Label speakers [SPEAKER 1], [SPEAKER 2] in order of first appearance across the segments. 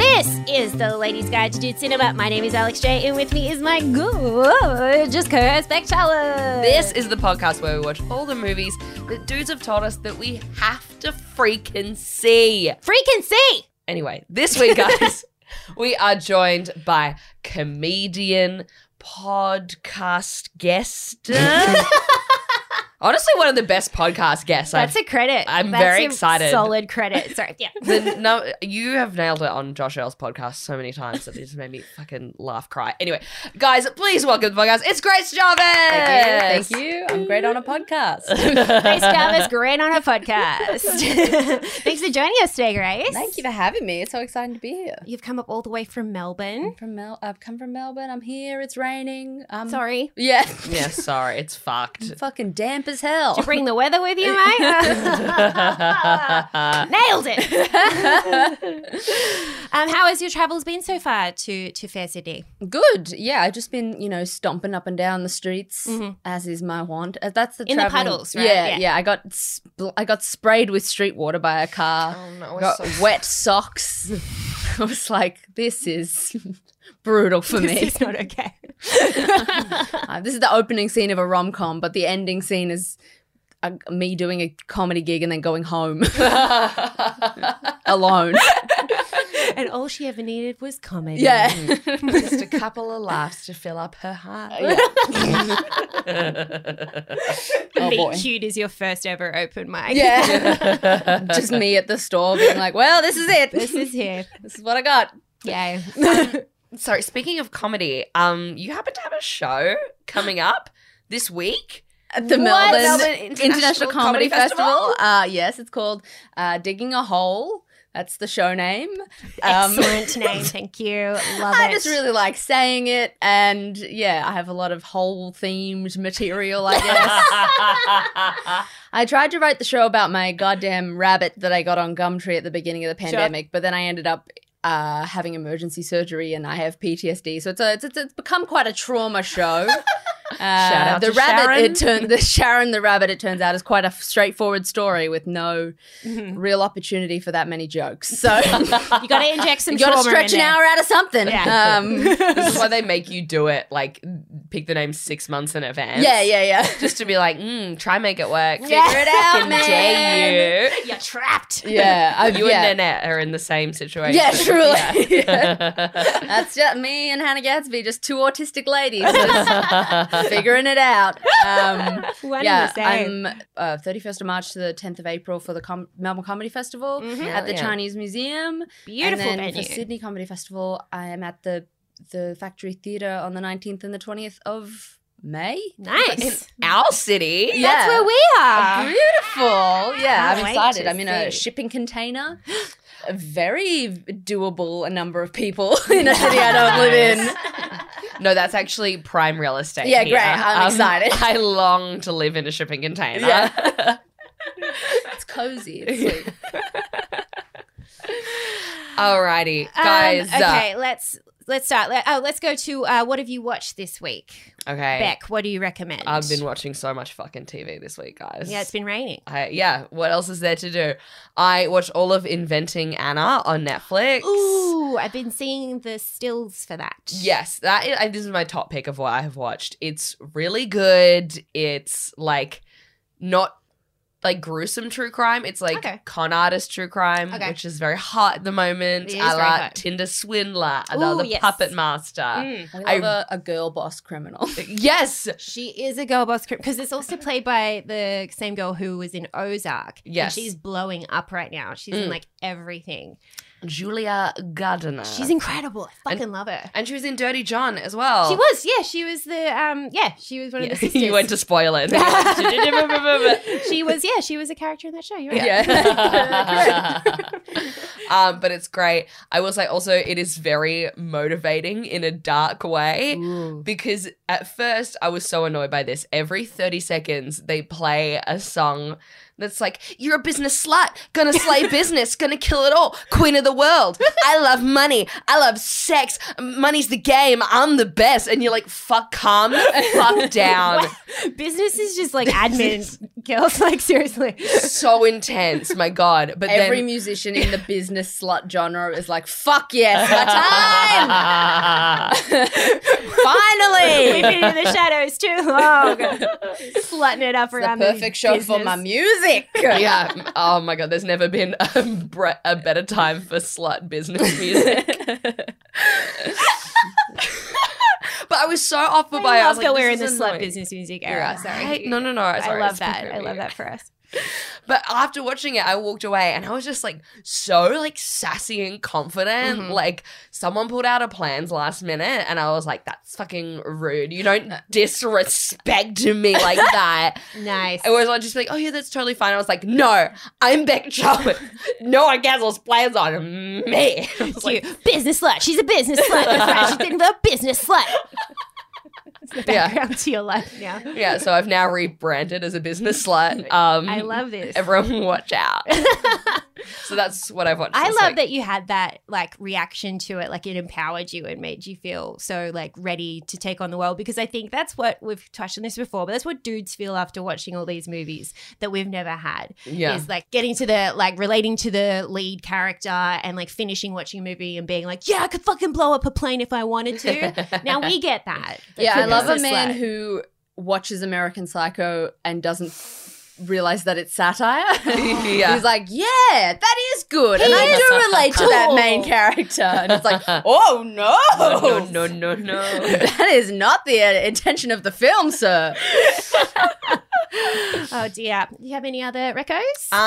[SPEAKER 1] is the Ladies Guide to Dude Cinema. My name is Alex J, and with me is my gorgeous co-host Beck Challis.
[SPEAKER 2] This is the podcast where we watch all the movies that dudes have taught us that we have to freaking see.
[SPEAKER 1] freaking see.
[SPEAKER 2] Anyway, this week, guys, we are joined by comedian, podcast guest. Honestly, one of the best podcast guests.
[SPEAKER 1] That's
[SPEAKER 2] I've,
[SPEAKER 1] a credit.
[SPEAKER 2] I'm
[SPEAKER 1] That's
[SPEAKER 2] very
[SPEAKER 1] a
[SPEAKER 2] excited.
[SPEAKER 1] Solid credit. Sorry. Yeah.
[SPEAKER 2] the, no, you have nailed it on Josh Earl's podcast so many times that it just made me fucking laugh, cry. Anyway, guys, please welcome to the podcast. It's Grace Jarvis.
[SPEAKER 3] Thank you. Thank you. I'm great on a podcast.
[SPEAKER 1] Grace Chalmers, great on a podcast. Thanks for joining us today, Grace.
[SPEAKER 3] Thank you for having me. It's so exciting to be here.
[SPEAKER 1] You've come up all the way from Melbourne.
[SPEAKER 3] I'm from Mel- I've come from Melbourne. I'm here. It's raining. I'm
[SPEAKER 1] Sorry.
[SPEAKER 3] Yeah.
[SPEAKER 2] Yeah, sorry, it's fucked.
[SPEAKER 3] Fucking damp as hell.
[SPEAKER 1] Did you bring the weather with you, mate? Nailed it. um, how has your travels been so far to to Fair City?
[SPEAKER 3] Good. Yeah, I've just been, you know, stomping up and down the streets
[SPEAKER 1] Mhm.
[SPEAKER 3] as is my wont. Uh, That's the
[SPEAKER 1] In the
[SPEAKER 3] traveling-
[SPEAKER 1] puddles, right?
[SPEAKER 3] Yeah,
[SPEAKER 1] Yeah.
[SPEAKER 3] yeah. I got spl- I got sprayed with street water by a car.
[SPEAKER 2] Oh no, we're
[SPEAKER 3] got
[SPEAKER 2] so
[SPEAKER 3] wet socks. I was like, this is brutal for me.
[SPEAKER 1] This is not okay.
[SPEAKER 3] Uh, this is the opening scene of a rom com, but the ending scene is uh, me doing a comedy gig and then going home alone.
[SPEAKER 1] and all she ever needed was comedy.
[SPEAKER 3] Yeah.
[SPEAKER 2] just a couple of laughs to fill up her heart.
[SPEAKER 3] Oh,
[SPEAKER 1] Meet
[SPEAKER 3] boy.
[SPEAKER 1] Cute is your first ever open mic.
[SPEAKER 3] Yeah. Just me at the store being like, well, this is it.
[SPEAKER 1] This is here.
[SPEAKER 3] This is what I got.
[SPEAKER 1] Yay.
[SPEAKER 2] Sorry, speaking of comedy, um, you happen to have a show coming up this week.
[SPEAKER 3] At the
[SPEAKER 1] What?
[SPEAKER 3] Melbourne,
[SPEAKER 2] Melbourne
[SPEAKER 3] International,
[SPEAKER 2] International Comedy
[SPEAKER 3] Comedy, Festival.
[SPEAKER 2] Festival?
[SPEAKER 3] Uh, yes, it's called uh, Digging a Hole. That's the show name. Um,
[SPEAKER 1] Excellent name. Thank you. Love it.
[SPEAKER 3] I just really like saying it. And yeah, I have a lot of hole themed material, I guess. I tried to write the show about my goddamn rabbit that I got on Gumtree at the beginning of the
[SPEAKER 2] Sure.
[SPEAKER 3] pandemic, but then I ended up uh, having emergency surgery and I have PTSD. So it's a, it's, it's, it's become quite a trauma show. Uh,
[SPEAKER 2] out
[SPEAKER 3] the
[SPEAKER 2] to
[SPEAKER 3] rabbit
[SPEAKER 2] Sharon.
[SPEAKER 3] it turned the Sharon the rabbit it turns out is quite a straightforward story with no real opportunity for that many jokes. So
[SPEAKER 1] Mm-hmm. you got to inject some
[SPEAKER 3] you got to
[SPEAKER 1] trauma
[SPEAKER 3] stretch
[SPEAKER 1] in
[SPEAKER 3] an
[SPEAKER 1] there.
[SPEAKER 3] hour out of something.
[SPEAKER 1] Yeah.
[SPEAKER 3] Um,
[SPEAKER 2] this is why they make you do it. Like, pick the name six months in advance.
[SPEAKER 3] yeah, yeah, yeah.
[SPEAKER 2] Just to be like, mm, try make it work.
[SPEAKER 3] Figure it out,
[SPEAKER 2] Fucking dare you.
[SPEAKER 1] You're trapped.
[SPEAKER 3] Yeah, I,
[SPEAKER 2] You
[SPEAKER 3] yeah.
[SPEAKER 2] and Nanette are in the same situation.
[SPEAKER 3] Yeah, truly.
[SPEAKER 2] Yeah.
[SPEAKER 3] That's just me and Hannah Gadsby, just two autistic ladies just figuring it out. Um,
[SPEAKER 1] One
[SPEAKER 3] yeah,
[SPEAKER 1] the same.
[SPEAKER 3] I'm uh, 31st of March to the 10th of April for the Com- Melbourne Comedy Festival
[SPEAKER 1] Mhm.
[SPEAKER 3] at the
[SPEAKER 2] Yeah.
[SPEAKER 3] Chinese Museum.
[SPEAKER 1] Beautiful
[SPEAKER 3] and then
[SPEAKER 1] venue.
[SPEAKER 3] for Sydney Comedy Festival, I am at the the Factory Theatre on the 19th and the 20th of May.
[SPEAKER 1] Nice.
[SPEAKER 2] Our city.
[SPEAKER 3] Yeah.
[SPEAKER 1] That's where we are.
[SPEAKER 3] Beautiful. Yeah,
[SPEAKER 1] Can't
[SPEAKER 3] I'm
[SPEAKER 1] wait
[SPEAKER 3] excited.
[SPEAKER 1] to
[SPEAKER 3] I'm in a
[SPEAKER 1] see.
[SPEAKER 3] shipping container. A very doable number of people in a city I don't live in.
[SPEAKER 2] No, that's actually prime real estate.
[SPEAKER 3] Yeah,
[SPEAKER 2] here. Um,
[SPEAKER 3] great. I'm excited.
[SPEAKER 2] I long to live in a shipping container.
[SPEAKER 3] It's cozy. It's sweet.
[SPEAKER 2] Alrighty, guys. uh,
[SPEAKER 3] uh,
[SPEAKER 1] Um, okay, let's let's start. Let, oh, let's go to uh, what have you watched this week,
[SPEAKER 2] Okay.
[SPEAKER 1] Beck? What do you recommend?
[SPEAKER 2] I've been watching so much fucking TV this week, guys.
[SPEAKER 1] yeah, it's been raining.
[SPEAKER 2] I, yeah, what else is there to do? I watched all of Inventing Anna on Netflix.
[SPEAKER 1] Ooh, I've been seeing the stills for that.
[SPEAKER 2] Yes, that is, I, this is my top pick of what I have watched. It's really good. It's like not like gruesome true crime. It's like
[SPEAKER 1] Okay.
[SPEAKER 2] con artist true crime,
[SPEAKER 1] Okay.
[SPEAKER 2] which is very hot at the moment.
[SPEAKER 1] It is
[SPEAKER 2] I
[SPEAKER 1] very
[SPEAKER 2] like
[SPEAKER 1] hot.
[SPEAKER 2] Tinder Swindler, another
[SPEAKER 1] yes.
[SPEAKER 2] puppet master.
[SPEAKER 1] Mm.
[SPEAKER 3] I
[SPEAKER 2] I-
[SPEAKER 3] love a- a girl boss criminal.
[SPEAKER 2] Yes.
[SPEAKER 1] She is a girl boss because it's also played by the same girl who was in Ozark. and
[SPEAKER 2] Yes.
[SPEAKER 1] she's blowing up right now. She's in
[SPEAKER 2] Mm.
[SPEAKER 1] like everything.
[SPEAKER 2] Julia Gardner.
[SPEAKER 1] She's incredible. I fucking love her.
[SPEAKER 2] and she was in Dirty John as well.
[SPEAKER 1] She was, yeah, she was the um, yeah, she was one
[SPEAKER 2] Yeah.
[SPEAKER 1] of the sisters.
[SPEAKER 2] you went to spoil it. yeah.
[SPEAKER 1] she was, yeah, she was a character in that show. You're right.
[SPEAKER 3] Yeah.
[SPEAKER 2] um, but it's great. I will say also it is very motivating in a dark way. because at first I was so annoyed by this. Every 30 seconds, they play a song that's like, You're a business slut, gonna slay business, gonna kill it all, queen of the world. I love money, I love sex, money's the game, I'm the Um, best. And you're like, Fuck, calm the fuck down.
[SPEAKER 1] Business is just like admin kills. Like seriously.
[SPEAKER 2] so intense, my god. But
[SPEAKER 3] Every
[SPEAKER 2] then
[SPEAKER 3] musician in the business slut genre is like, fuck yes, my time!
[SPEAKER 1] We've
[SPEAKER 3] Finally!
[SPEAKER 1] been in the shadows too long. Slutting it up
[SPEAKER 3] It's the
[SPEAKER 1] around
[SPEAKER 3] perfect show for
[SPEAKER 1] business.
[SPEAKER 3] my music.
[SPEAKER 2] yeah. Oh my god, there's never been a, bre- a better time for slut business music. but I was so off
[SPEAKER 1] I
[SPEAKER 2] by it. I
[SPEAKER 1] love
[SPEAKER 2] was like,
[SPEAKER 1] that we're in
[SPEAKER 2] this
[SPEAKER 1] the
[SPEAKER 2] is
[SPEAKER 1] slut
[SPEAKER 2] annoying.
[SPEAKER 1] business music
[SPEAKER 2] Yeah,
[SPEAKER 1] era.
[SPEAKER 2] sorry. no, no, no.
[SPEAKER 1] I love that. I love that for us.
[SPEAKER 2] But after watching it, I walked away and I was just like so like sassy and confident.
[SPEAKER 1] Mm-hmm.
[SPEAKER 3] Mhm.
[SPEAKER 2] Like someone pulled out a plans last minute and I was like, that's fucking rude. You don't
[SPEAKER 1] Uh,
[SPEAKER 2] disrespect me like that.
[SPEAKER 1] Nice.
[SPEAKER 2] It was just like, oh yeah, that's totally fine. I was like, no, I'm Beck Charlotte. No one cancels plans on me. I was like,
[SPEAKER 1] you. business slut. She's a business slut. That's right. She's thinking about business slut. It's the
[SPEAKER 2] Yeah.
[SPEAKER 1] background to your life now.
[SPEAKER 2] yeah, so I've now rebranded as a business slut. Um
[SPEAKER 1] I love this.
[SPEAKER 2] everyone watch out. so that's what I've watched.
[SPEAKER 1] I
[SPEAKER 2] this
[SPEAKER 1] love
[SPEAKER 2] week.
[SPEAKER 1] that you had that like reaction to it. Like it empowered you and made you feel so like ready to take on the world because I think that's what we've touched on this before, but that's what dudes feel after watching all these movies that we've never had.
[SPEAKER 2] Yeah.
[SPEAKER 1] Is like getting to the like relating to the lead character and like finishing watching a movie and being like, yeah, I could fucking blow up a plane if I wanted to. now we get that.
[SPEAKER 3] yeah, I
[SPEAKER 1] Like,
[SPEAKER 3] love a
[SPEAKER 1] business
[SPEAKER 3] man
[SPEAKER 1] slut.
[SPEAKER 3] who watches American Psycho and doesn't realize that it's satire.
[SPEAKER 2] Yeah.
[SPEAKER 3] He's like, yeah, that is good. and I
[SPEAKER 1] He
[SPEAKER 3] do relate to that
[SPEAKER 1] cool.
[SPEAKER 3] main character. And it's like, oh no.
[SPEAKER 2] no, no, no, no, no.
[SPEAKER 3] That is not the uh, intention of the film, sir.
[SPEAKER 1] Oh dear. Do you have any other recos?
[SPEAKER 3] Uh,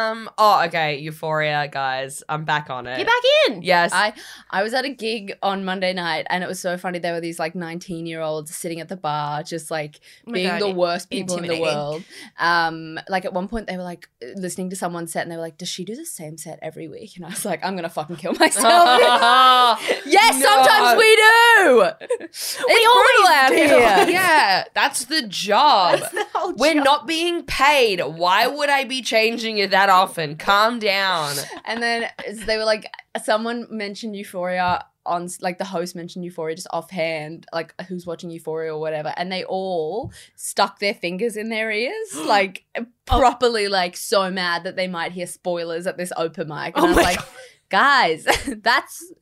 [SPEAKER 2] Um. Oh, okay. Euphoria, guys. I'm back on it.
[SPEAKER 1] You're back in.
[SPEAKER 2] Yes.
[SPEAKER 3] I I was at a gig on Monday night and it was so funny. There were these like 19 year olds sitting at the bar, just like
[SPEAKER 1] Oh my
[SPEAKER 3] being
[SPEAKER 1] God,
[SPEAKER 3] the worst people in the
[SPEAKER 1] intimidating.
[SPEAKER 3] world. Um, like at one point they were like listening to someone's set and they were like, "Does she do the same set every week?" And I was like, "I'm gonna fucking kill myself." yes,
[SPEAKER 2] No.
[SPEAKER 3] sometimes we do. we always out here.
[SPEAKER 2] yeah, that's the job.
[SPEAKER 1] That's the whole
[SPEAKER 2] We're
[SPEAKER 1] job.
[SPEAKER 2] not being paid. Why would I be changing it that often? Calm down.
[SPEAKER 3] And then they were like, someone mentioned Euphoria on, like the host mentioned Euphoria just offhand, like who's watching Euphoria or whatever. And they all stuck their fingers in their ears, like
[SPEAKER 2] Oh.
[SPEAKER 3] properly, like so mad that they might hear spoilers at this open mic. And
[SPEAKER 2] Oh
[SPEAKER 3] I was
[SPEAKER 2] my
[SPEAKER 3] like, guys, that's.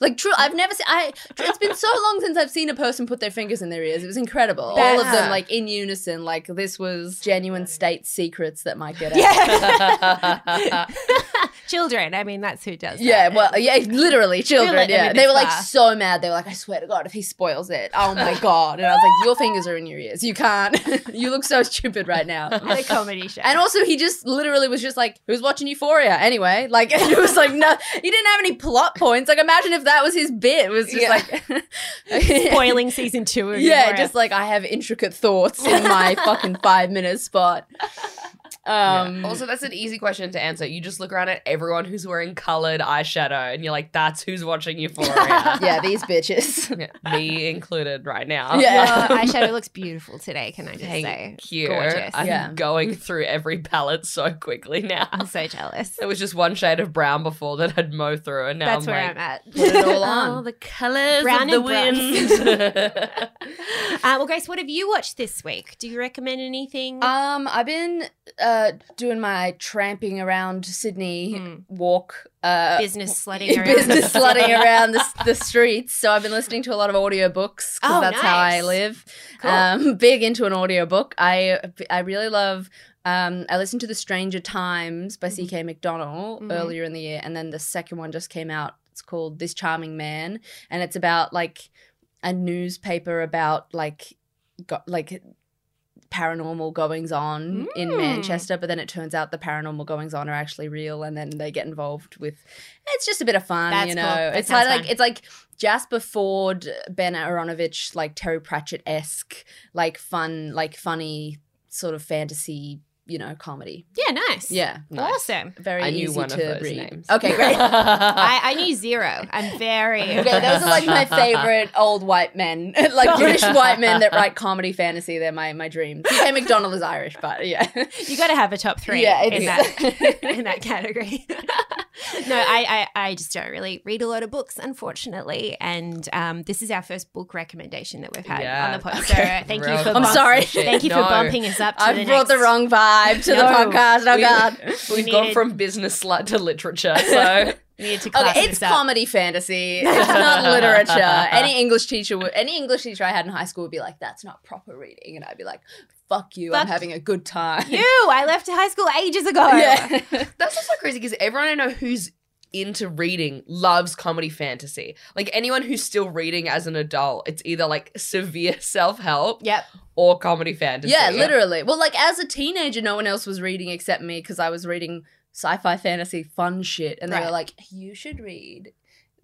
[SPEAKER 3] Like true, I've never seen. I it's been so long since I've seen a person put their fingers in their ears. It was incredible. All of
[SPEAKER 2] That's-
[SPEAKER 3] them like in unison. Like this was genuine state secrets that might get out.
[SPEAKER 1] Yeah. Children. I mean, that's who does
[SPEAKER 3] Yeah,
[SPEAKER 1] that.
[SPEAKER 3] well, yeah, literally children.
[SPEAKER 1] letting
[SPEAKER 3] yeah,
[SPEAKER 1] them in
[SPEAKER 3] they
[SPEAKER 1] this
[SPEAKER 3] were like
[SPEAKER 1] far.
[SPEAKER 3] so mad. They were like, "I swear to God, if he spoils it, oh my God!" And I was like, "Your fingers are in your ears. You can't. you look so stupid right now."
[SPEAKER 1] It's a comedy show.
[SPEAKER 3] And also, he just literally was just like, "Who's watching Euphoria anyway?" Like, and it was like, no, he didn't have any plot points. Like, imagine if that was his bit. It was just
[SPEAKER 2] Yeah.
[SPEAKER 3] like
[SPEAKER 1] Spoiling season two. of
[SPEAKER 3] Yeah,
[SPEAKER 1] Euphoria.
[SPEAKER 3] just like I have intricate thoughts in my fucking five minute spot.
[SPEAKER 2] Yeah.
[SPEAKER 3] Um,
[SPEAKER 2] Also, that's an easy question to answer. You just look around at everyone who's wearing colored eyeshadow, and you're like, "That's who's watching Euphoria."
[SPEAKER 3] yeah, these bitches.
[SPEAKER 2] yeah, me included, right now. Um,
[SPEAKER 3] Yeah.
[SPEAKER 1] Your uh, eyeshadow looks beautiful today. Can I just say?
[SPEAKER 2] Thank you.
[SPEAKER 1] Gorgeous.
[SPEAKER 2] I'm
[SPEAKER 3] Yeah.
[SPEAKER 2] going through every palette so quickly now.
[SPEAKER 1] I'm so jealous.
[SPEAKER 2] There was just one shade of brown before that I'd mow through, and now
[SPEAKER 1] That's
[SPEAKER 2] I'm
[SPEAKER 1] where
[SPEAKER 2] like,
[SPEAKER 1] I'm at.
[SPEAKER 3] Put it all on.
[SPEAKER 1] Oh,
[SPEAKER 2] the colors
[SPEAKER 1] Brown and
[SPEAKER 2] wind.
[SPEAKER 1] Uh, well, Grace, what have you watched this week? Do you recommend anything?
[SPEAKER 3] Um, I've been uh doing my tramping around Sydney
[SPEAKER 1] Hmm.
[SPEAKER 3] walk, uh,
[SPEAKER 1] business slutting around.
[SPEAKER 3] business slutting around the, the streets. So I've been listening to a lot of audiobooks because
[SPEAKER 1] Oh,
[SPEAKER 3] that's how I
[SPEAKER 1] nice.
[SPEAKER 3] live.
[SPEAKER 1] Cool.
[SPEAKER 3] Um, big into an audiobook. I I really love. Um, I listened to The Stranger Times by C.K. McDonald
[SPEAKER 1] Mhm.
[SPEAKER 3] earlier in the year, and then the second one just came out. It's called This Charming Man, and it's about like a newspaper about like got like paranormal goings on in
[SPEAKER 1] Mm.
[SPEAKER 3] Manchester, but then it turns out the paranormal goings on are actually real, and then they get involved with. It's just a bit of fun,
[SPEAKER 1] That's
[SPEAKER 3] you
[SPEAKER 1] cool.
[SPEAKER 3] know.
[SPEAKER 1] That
[SPEAKER 3] It's like,
[SPEAKER 1] sounds
[SPEAKER 3] like
[SPEAKER 1] fun.
[SPEAKER 3] it's like Jasper Ford, Ben Aronovich, like Terry Pratchett esque, like fun, like funny sort of fantasy, you know, comedy.
[SPEAKER 1] Yeah, nice.
[SPEAKER 3] Yeah,
[SPEAKER 1] Awesome.
[SPEAKER 3] very
[SPEAKER 2] I knew
[SPEAKER 3] easy
[SPEAKER 2] one
[SPEAKER 3] to
[SPEAKER 2] of those
[SPEAKER 3] read.
[SPEAKER 2] names.
[SPEAKER 3] Okay, great.
[SPEAKER 1] I, I knew zero. I'm very.
[SPEAKER 3] Okay, those are like my favorite old white men, like British white men that write comedy fantasy. They're my my dream. T.K. McDonald is Irish, but yeah,
[SPEAKER 1] You got to have a top three
[SPEAKER 3] yeah,
[SPEAKER 1] in that in that category. no, I, I I just don't really read a lot of books, unfortunately, and um, this is our first book recommendation that we've had
[SPEAKER 2] Yeah.
[SPEAKER 1] on the podcast.
[SPEAKER 3] Okay.
[SPEAKER 1] So thank
[SPEAKER 2] Real
[SPEAKER 1] you for
[SPEAKER 2] I'm
[SPEAKER 1] bump-
[SPEAKER 3] sorry.
[SPEAKER 2] shit.
[SPEAKER 1] thank you
[SPEAKER 2] No.
[SPEAKER 1] for bumping us up. To
[SPEAKER 3] I
[SPEAKER 1] the
[SPEAKER 3] brought the
[SPEAKER 1] next-
[SPEAKER 3] wrong vibe. vibe to the
[SPEAKER 1] No.
[SPEAKER 3] podcast. Oh
[SPEAKER 2] We-
[SPEAKER 3] god.
[SPEAKER 2] We've
[SPEAKER 1] We
[SPEAKER 2] gone
[SPEAKER 1] needed-
[SPEAKER 2] from business slut to literature, so
[SPEAKER 1] Need to class
[SPEAKER 3] Okay,
[SPEAKER 1] this
[SPEAKER 3] Oh, it's
[SPEAKER 1] up.
[SPEAKER 3] comedy fantasy. It's not literature. Any English teacher would any English teacher I had in high school would be like, that's not proper reading. And I'd be like, fuck you, I'm
[SPEAKER 1] Fuck
[SPEAKER 3] having a good time.
[SPEAKER 1] You, I left high school ages ago.
[SPEAKER 3] Yeah.
[SPEAKER 2] That's also crazy because everyone I know who's into reading loves comedy fantasy. Like anyone who's still reading as an adult, it's either like severe self help
[SPEAKER 1] Yep.
[SPEAKER 2] or comedy fantasy.
[SPEAKER 3] yeah, literally. Well, like as a teenager, no one else was reading except me because I was reading sci-fi fantasy fun shit. And they
[SPEAKER 1] Right.
[SPEAKER 3] were like, you should read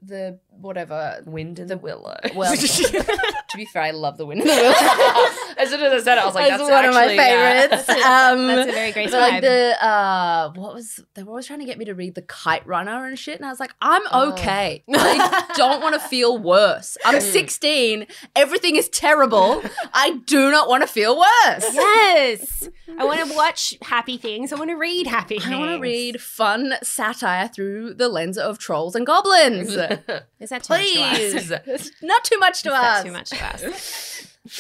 [SPEAKER 3] the whatever.
[SPEAKER 2] Wind in the Willow.
[SPEAKER 3] Well, to be fair, I love the wind. in the Willow.
[SPEAKER 2] as soon as I said it, I was like,
[SPEAKER 3] That's
[SPEAKER 2] that's,
[SPEAKER 3] one of my
[SPEAKER 2] actually, yeah.
[SPEAKER 3] favorites.
[SPEAKER 1] That's a-
[SPEAKER 3] Um,
[SPEAKER 1] That's a very great
[SPEAKER 3] But, like
[SPEAKER 1] time.
[SPEAKER 3] the uh what was they were always trying to get me to read the kite runner and shit and i was like i'm
[SPEAKER 2] Oh.
[SPEAKER 3] okay i don't want to feel worse i'm
[SPEAKER 2] Mm.
[SPEAKER 3] 16 everything is terrible i do not want to feel worse
[SPEAKER 1] yes. I want to watch happy things. I want to read happy things.
[SPEAKER 3] I want to read fun satire through the lens of trolls and goblins.
[SPEAKER 1] Is that too much to us?
[SPEAKER 3] Please, not too much to
[SPEAKER 1] Is
[SPEAKER 3] us.
[SPEAKER 1] that too much to us?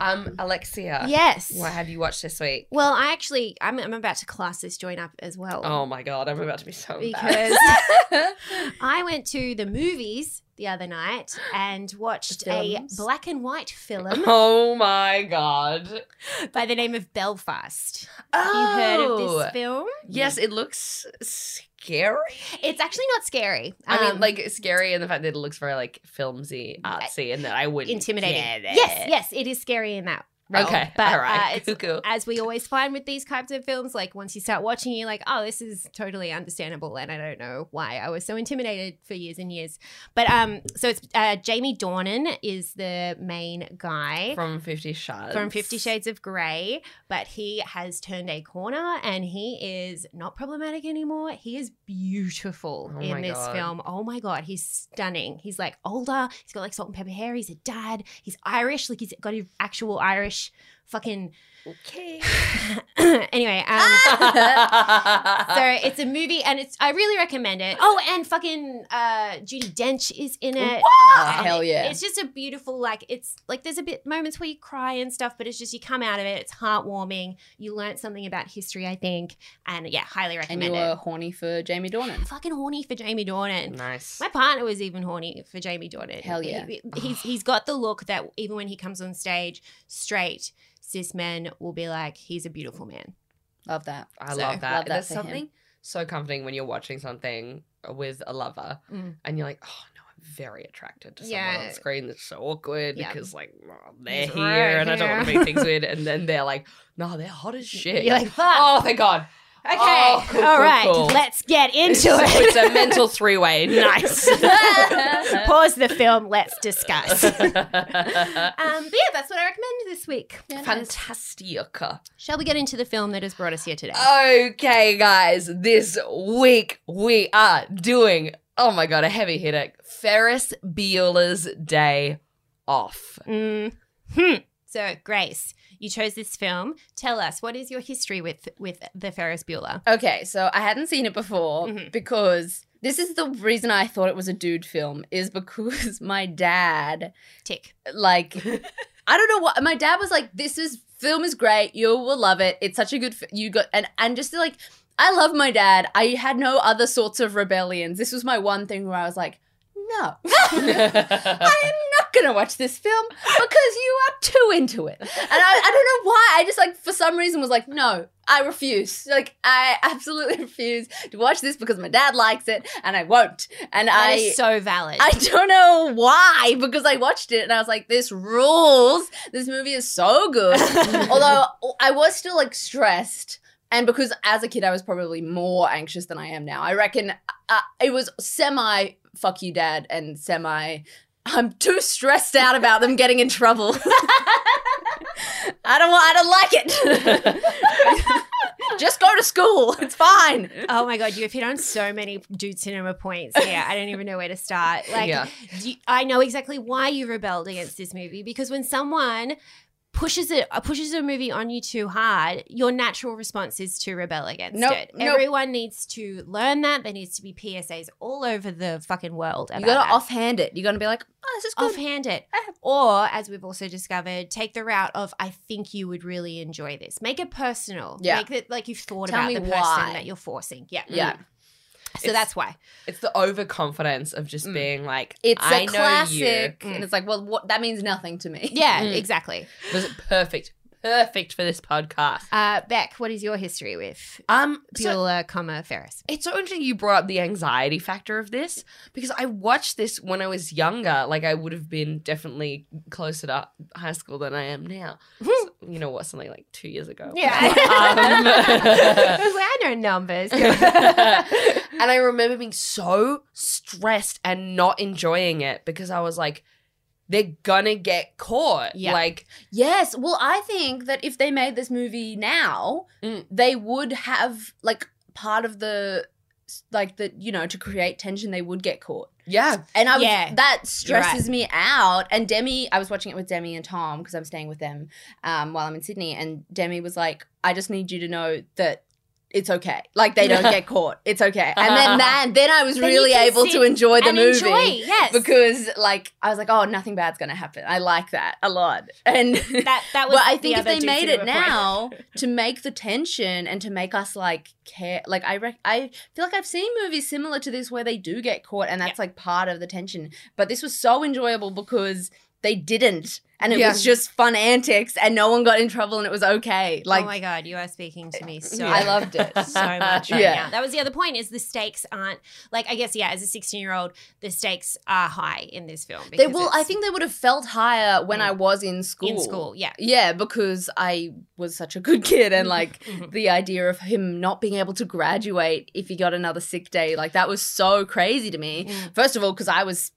[SPEAKER 2] um, Alexia,
[SPEAKER 1] yes.
[SPEAKER 2] what have you watched this week?
[SPEAKER 1] Well, I actually, I'm, I'm about to class this joint up as well.
[SPEAKER 2] Oh my god, I'm about to be so embarrassed.
[SPEAKER 1] because I went to the movies the other night and watched
[SPEAKER 3] The
[SPEAKER 1] a
[SPEAKER 3] films?
[SPEAKER 1] black and white film
[SPEAKER 2] Oh my god.
[SPEAKER 1] by the name of Belfast. Have you heard of this film?
[SPEAKER 2] Oh, Yes, it looks scary.
[SPEAKER 1] It's actually not scary.
[SPEAKER 2] I mean,
[SPEAKER 1] Um,
[SPEAKER 2] like it's scary in the fact that it looks very like filmsy, artsy, and that I wouldn't
[SPEAKER 1] intimidating.
[SPEAKER 2] get it.
[SPEAKER 1] Yes, yes, it is scary in that. realm.
[SPEAKER 2] Okay,
[SPEAKER 1] but
[SPEAKER 2] all right,
[SPEAKER 1] uh, it's
[SPEAKER 2] cool, cool.
[SPEAKER 1] as we always find with these types of films, like once you start watching, you're like, oh, this is totally understandable. And I don't know why I was so intimidated for years and years. But um, so it's uh, Jamie Dornan is the main guy.
[SPEAKER 2] from Fifty Shades.
[SPEAKER 1] From Fifty Shades of Grey, but he has turned a corner and he is not problematic anymore. He is beautiful
[SPEAKER 2] Oh my
[SPEAKER 1] in this
[SPEAKER 2] God.
[SPEAKER 1] film. Oh my God, he's stunning. He's like older, he's got like salt and pepper hair, he's a dad, he's Irish, like he's got his actual Irish fucking.
[SPEAKER 2] Okay.
[SPEAKER 1] anyway, um, so
[SPEAKER 2] Sorry.
[SPEAKER 1] it's a movie and it's I really recommend it. Oh, and fucking uh, Judy Dench is in it.
[SPEAKER 3] Ah,
[SPEAKER 1] And
[SPEAKER 3] hell
[SPEAKER 1] it-
[SPEAKER 3] yeah.
[SPEAKER 1] It's just a beautiful, like it's like there's a bit moments where you cry and stuff, but it's just you come out of it. It's heartwarming. You learn something about history, I think, and yeah, highly
[SPEAKER 3] And
[SPEAKER 1] recommend
[SPEAKER 3] you
[SPEAKER 1] it.
[SPEAKER 3] were horny for Jamie Dornan.
[SPEAKER 1] Fucking horny for Jamie Dornan.
[SPEAKER 2] Nice.
[SPEAKER 1] My partner was even horny for Jamie Dornan.
[SPEAKER 3] Hell yeah.
[SPEAKER 1] He- he's he's got the look that even when he comes on stage, straight cis men will be like, he's a beautiful man.
[SPEAKER 3] Love that.
[SPEAKER 2] I
[SPEAKER 3] So,
[SPEAKER 2] love that.
[SPEAKER 3] love that
[SPEAKER 2] There's
[SPEAKER 3] for him.
[SPEAKER 2] something so comforting when you're watching something with a lover,
[SPEAKER 1] Mm.
[SPEAKER 2] and you're like, oh no, I'm very attracted to someone
[SPEAKER 1] Yeah.
[SPEAKER 2] on screen. That's so awkward
[SPEAKER 1] Yeah.
[SPEAKER 2] because like oh, they're
[SPEAKER 1] It's
[SPEAKER 2] here,
[SPEAKER 1] right
[SPEAKER 2] and I don't want to
[SPEAKER 1] here.
[SPEAKER 2] make things weird. And then they're like, no, they're hot as shit.
[SPEAKER 1] You're like, fuck.
[SPEAKER 2] oh, thank God.
[SPEAKER 1] Okay.
[SPEAKER 2] Oh, cool,
[SPEAKER 1] All
[SPEAKER 2] cool,
[SPEAKER 1] right.
[SPEAKER 2] cool.
[SPEAKER 1] Let's get into
[SPEAKER 2] So
[SPEAKER 1] it.
[SPEAKER 2] it's a mental three way. Nice.
[SPEAKER 1] Pause the film. Let's discuss. um, but Um, yeah, that's what I recommend this week.
[SPEAKER 2] Fantastica.
[SPEAKER 1] Shall we get into the film that has brought us here today?
[SPEAKER 3] Oh.
[SPEAKER 2] Okay, guys, this week we are doing, oh my God, a heavy hitter Ferris Bueller's Day Off.
[SPEAKER 1] Mm. So, Grace, you chose this film. Tell us what is your history with with the Ferris Bueller?
[SPEAKER 3] Okay, so I hadn't seen it before
[SPEAKER 1] Mhm.
[SPEAKER 3] because this is the reason I thought it was a dude film is because my dad
[SPEAKER 1] Tick.
[SPEAKER 3] like I don't know what my dad was like this is film is great you will love it it's such a good fi- you got and and just like I love my dad I had no other sorts of rebellions this was my one thing where I was like no I am not gonna watch this film because you are too into it. And I, I don't know why. I just like for some reason was like, no, I refuse. Like I absolutely refuse to watch this because my dad likes it and I won't. And
[SPEAKER 1] That
[SPEAKER 3] I
[SPEAKER 1] is so valid.
[SPEAKER 3] I don't know why because I watched it and I was like, this rules. This movie is so good. Although I was still like stressed. And because as a kid, I was probably more anxious than I am now. I reckon uh, it was semi fuck you, dad, and semi I'm too stressed out about them getting in trouble. I don't want, I don't like it. Just go to school. It's fine.
[SPEAKER 1] oh my god, you have hit on so many dude cinema points here. I don't even know where to start. Like,
[SPEAKER 2] Yeah.
[SPEAKER 1] do you- I know exactly why you rebelled against this movie because when someone pushes it uh, pushes a movie on you too hard, your natural response is to rebel against
[SPEAKER 3] Nope,
[SPEAKER 1] it.
[SPEAKER 3] nope.
[SPEAKER 1] Everyone needs to learn that. There needs to be PSAs all over the fucking world.
[SPEAKER 3] You
[SPEAKER 1] about
[SPEAKER 3] gotta
[SPEAKER 1] that.
[SPEAKER 3] offhand it. You gotta be like, oh, this is good.
[SPEAKER 1] offhand it.
[SPEAKER 3] Ah.
[SPEAKER 1] Or, as we've also discovered, take the route of I think you would really enjoy this. Make it personal.
[SPEAKER 3] Yeah.
[SPEAKER 1] Make it like you've thought
[SPEAKER 3] Tell
[SPEAKER 1] about
[SPEAKER 3] me
[SPEAKER 1] the
[SPEAKER 3] why.
[SPEAKER 1] person that you're forcing. Yeah.
[SPEAKER 3] yeah.
[SPEAKER 1] So
[SPEAKER 2] It's-
[SPEAKER 1] that's why.
[SPEAKER 2] It's the overconfidence of just
[SPEAKER 1] Mm.
[SPEAKER 2] being like,
[SPEAKER 3] It's
[SPEAKER 2] I
[SPEAKER 3] a
[SPEAKER 2] know
[SPEAKER 3] classic.
[SPEAKER 1] Mm.
[SPEAKER 3] And it's like, well, what, that means nothing to me.
[SPEAKER 1] Yeah,
[SPEAKER 2] Mm.
[SPEAKER 1] exactly.
[SPEAKER 2] you. Was perfect, perfect for this podcast?
[SPEAKER 1] Uh, Beck, what is your history with
[SPEAKER 2] Um, so
[SPEAKER 1] Bueller, comma Ferris?
[SPEAKER 2] it's so interesting you brought up the anxiety factor of this because I watched this when I was younger. Like I would have been definitely closer to high school than I am now. So, you know what? Something like two years ago.
[SPEAKER 1] Yeah.
[SPEAKER 2] Um,
[SPEAKER 1] I was like, I know numbers.
[SPEAKER 2] and I remember being so stressed and not enjoying it because I was like, they're gonna get caught.
[SPEAKER 1] Yeah.
[SPEAKER 2] Like,
[SPEAKER 3] Yes. Well, I think that if they made this movie now,
[SPEAKER 2] Mm.
[SPEAKER 3] they would have like part of the like the you know to create tension they would get caught
[SPEAKER 2] yeah.
[SPEAKER 3] and i was,
[SPEAKER 1] Yeah.
[SPEAKER 3] that stresses me out and demi i was watching it with demi and tom because i'm staying with them um, while i'm in sydney and demi was like i just need you to know that it's okay like they don't get caught it's okay and then that, then i was
[SPEAKER 1] Uh-huh. Then you
[SPEAKER 3] really
[SPEAKER 1] can
[SPEAKER 3] able
[SPEAKER 1] sit
[SPEAKER 3] to enjoy the
[SPEAKER 1] and
[SPEAKER 3] movie
[SPEAKER 1] enjoy, yes.
[SPEAKER 3] because like I was like, oh, nothing bad's gonna happen. I like that a lot. And
[SPEAKER 1] that, that was
[SPEAKER 3] but I
[SPEAKER 1] the
[SPEAKER 3] think if
[SPEAKER 1] other
[SPEAKER 3] they
[SPEAKER 1] Duke
[SPEAKER 3] made
[SPEAKER 1] Silver
[SPEAKER 3] it
[SPEAKER 1] point.
[SPEAKER 3] now to make the tension and to make us like care, like I rec- I feel like I've seen movies similar to this where they do get caught and that's like part of the tension. But this was so enjoyable because they didn't, and it
[SPEAKER 2] Yeah.
[SPEAKER 3] was just fun antics, and no one got in trouble, and it was okay. Like
[SPEAKER 1] oh my god, you are speaking to me so
[SPEAKER 3] I loved it.
[SPEAKER 1] so much right
[SPEAKER 3] Yeah.
[SPEAKER 1] now. That was the other point is the stakes aren't like I guess yeah, as a 16-year-old, the stakes are high in this film
[SPEAKER 3] they
[SPEAKER 1] because
[SPEAKER 3] will. I
[SPEAKER 1] it's
[SPEAKER 3] think they would have felt higher when I was in school.
[SPEAKER 1] in school, yeah.
[SPEAKER 3] Yeah, because I was such a good kid and like
[SPEAKER 1] Mhm.
[SPEAKER 3] the idea of him not being able to graduate if he got another sick day, like that was so crazy to me.
[SPEAKER 1] Mm.
[SPEAKER 3] First of all, because I was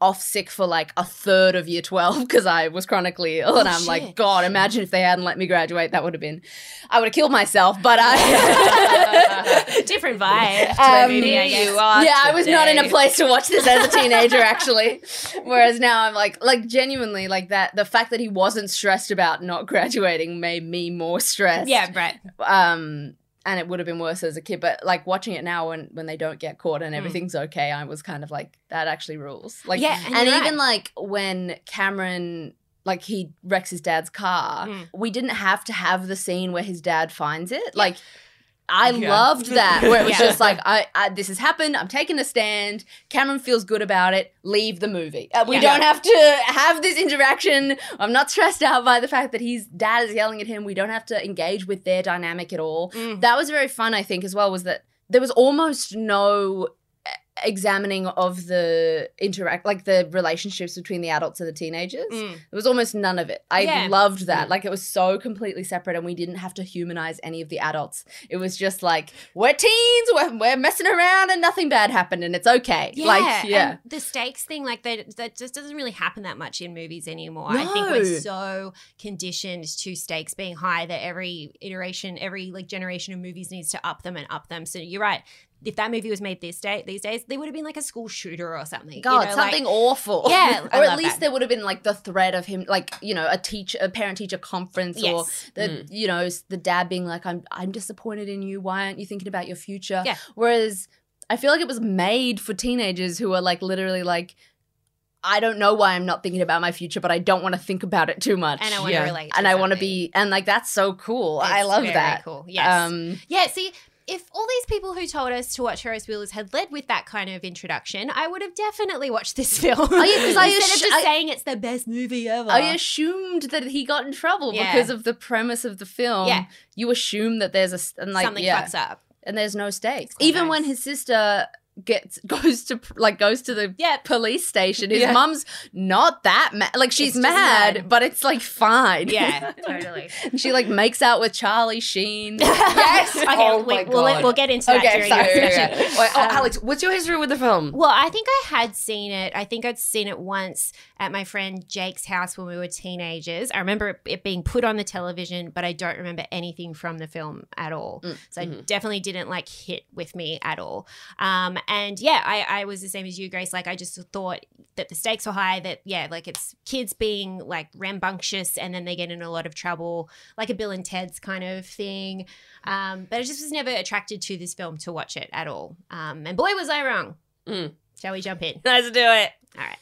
[SPEAKER 3] off sick for like a third of year 12 because I was chronically ill.
[SPEAKER 1] Oh,
[SPEAKER 3] and I'm
[SPEAKER 1] shit.
[SPEAKER 3] like, God, imagine if they hadn't let me graduate. That would have been, I would have killed myself. But I.
[SPEAKER 1] Different vibe. to
[SPEAKER 3] Um,
[SPEAKER 1] a movie, I
[SPEAKER 2] you
[SPEAKER 1] guess.
[SPEAKER 2] are
[SPEAKER 3] Yeah, I was not in a
[SPEAKER 2] today.
[SPEAKER 3] place to watch this as a teenager, actually. Whereas now I'm like, like genuinely, like that. The fact that he wasn't stressed about not graduating made me more stressed.
[SPEAKER 1] Yeah, Brett.
[SPEAKER 3] Um, and it would have been worse as a kid, but like watching it now when when they don't get caught and everything's okay, I was kind of like, that actually rules. Like,
[SPEAKER 1] yeah,
[SPEAKER 3] and,
[SPEAKER 1] you're
[SPEAKER 3] even
[SPEAKER 1] right.
[SPEAKER 3] like when Cameron. Like he wrecks his dad's car.
[SPEAKER 1] Mm.
[SPEAKER 3] We didn't have to have the scene where his dad finds it. Like I
[SPEAKER 2] Yeah.
[SPEAKER 3] loved that where it was
[SPEAKER 1] Yeah.
[SPEAKER 3] just like I, I this has happened. I'm taking a stand. Cameron feels good about it. Leave the movie. Uh, we
[SPEAKER 1] Yeah.
[SPEAKER 3] don't have to have this interaction. I'm not stressed out by the fact that his dad is yelling at him. We don't have to engage with their dynamic at all.
[SPEAKER 1] Mm.
[SPEAKER 3] That was very fun. I think as well was that there was almost no uh, examining of the interact like the relationships between the adults and the teenagers.
[SPEAKER 1] Mm.
[SPEAKER 3] There was almost none of it. I
[SPEAKER 1] Yeah.
[SPEAKER 3] loved that.
[SPEAKER 2] Mm.
[SPEAKER 3] Like it was so completely separate, and we didn't have to humanize any of the adults. It was just like we're teens, we're, we're messing around, and nothing bad happened, and it's okay.
[SPEAKER 1] Yeah,
[SPEAKER 3] like yeah,
[SPEAKER 1] and the stakes thing, like that, that just doesn't really happen that much in movies anymore. I think
[SPEAKER 3] No.
[SPEAKER 1] we're so conditioned to stakes being high that every iteration, every like generation of movies needs to up them and up them. So you're right. If that movie was made this day, these days, they would have been like a school shooter or something. you
[SPEAKER 3] God,
[SPEAKER 1] know, like-
[SPEAKER 3] something awful.
[SPEAKER 1] Yeah, I
[SPEAKER 3] or at
[SPEAKER 1] love
[SPEAKER 3] least
[SPEAKER 1] that.
[SPEAKER 3] there would have been like the threat of him, like you know, a teacher, a parent-teacher conference, or
[SPEAKER 1] yes.
[SPEAKER 3] the you know s- the dad being like i'm i'm disappointed in you why aren't you thinking about your future
[SPEAKER 1] Yeah.
[SPEAKER 3] whereas i feel like it was made for teenagers who are like literally like i don't know why i'm not thinking about my future but i don't want to think about it too much
[SPEAKER 1] and I want to
[SPEAKER 2] Yeah.
[SPEAKER 1] relate.
[SPEAKER 3] and i want to
[SPEAKER 1] something.
[SPEAKER 3] be and like that's so cool i
[SPEAKER 1] It's
[SPEAKER 3] love
[SPEAKER 1] very
[SPEAKER 3] that
[SPEAKER 1] Cool. Yes.
[SPEAKER 3] um
[SPEAKER 1] Yeah, see, if all these people who told us to watch Ferris Wheelers had led with that kind of introduction, I would have definitely watched this film. Oh,
[SPEAKER 3] yeah, 'cause I
[SPEAKER 1] Instead
[SPEAKER 3] assu-
[SPEAKER 1] of just
[SPEAKER 3] I-
[SPEAKER 1] saying it's the best movie ever.
[SPEAKER 3] I assumed that he got in trouble
[SPEAKER 1] Yeah.
[SPEAKER 3] because of the premise of the film.
[SPEAKER 1] Yeah.
[SPEAKER 3] You assume that there's a s- and like
[SPEAKER 1] Something
[SPEAKER 3] yeah.
[SPEAKER 1] fucks up.
[SPEAKER 3] and there's no stakes.
[SPEAKER 1] quite
[SPEAKER 3] Even
[SPEAKER 1] nice.
[SPEAKER 3] when his sister gets goes to like goes to the
[SPEAKER 1] Yeah.
[SPEAKER 3] police station, his
[SPEAKER 2] Yeah.
[SPEAKER 3] mum's not that mad. Like she's
[SPEAKER 1] It's just
[SPEAKER 3] mad,
[SPEAKER 1] mad.
[SPEAKER 3] but it's like fine.
[SPEAKER 1] Yeah, totally.
[SPEAKER 3] she like makes out with Charlie Sheen.
[SPEAKER 1] yes. Okay,
[SPEAKER 2] Oh
[SPEAKER 1] we,
[SPEAKER 2] my
[SPEAKER 1] we'll,
[SPEAKER 2] God.
[SPEAKER 1] we'll get into that
[SPEAKER 3] Okay,
[SPEAKER 1] during
[SPEAKER 3] sorry.
[SPEAKER 1] your
[SPEAKER 3] Yeah,
[SPEAKER 1] section.
[SPEAKER 3] yeah,
[SPEAKER 2] Wait, oh, Alex, what's your history with the film?
[SPEAKER 1] Well, I think I had seen it. I think I'd seen it once at my friend Jake's house when we were teenagers. I remember it, it being put on the television, but I don't remember anything from the film at all.
[SPEAKER 3] Mm,
[SPEAKER 1] So
[SPEAKER 2] mhm.
[SPEAKER 1] it definitely didn't like hit with me at all. Um, and yeah, I, I was the same as you, Grace. Like I just thought that the stakes were high. That yeah, like it's kids being like rambunctious, and then they get in a lot of trouble, like a Bill and Ted's kind of thing. Um, but I just was never attracted to this film to watch it at all. Um, and boy, was I wrong.
[SPEAKER 2] Mm.
[SPEAKER 1] Shall we jump in?
[SPEAKER 2] Let's do it.
[SPEAKER 1] All right.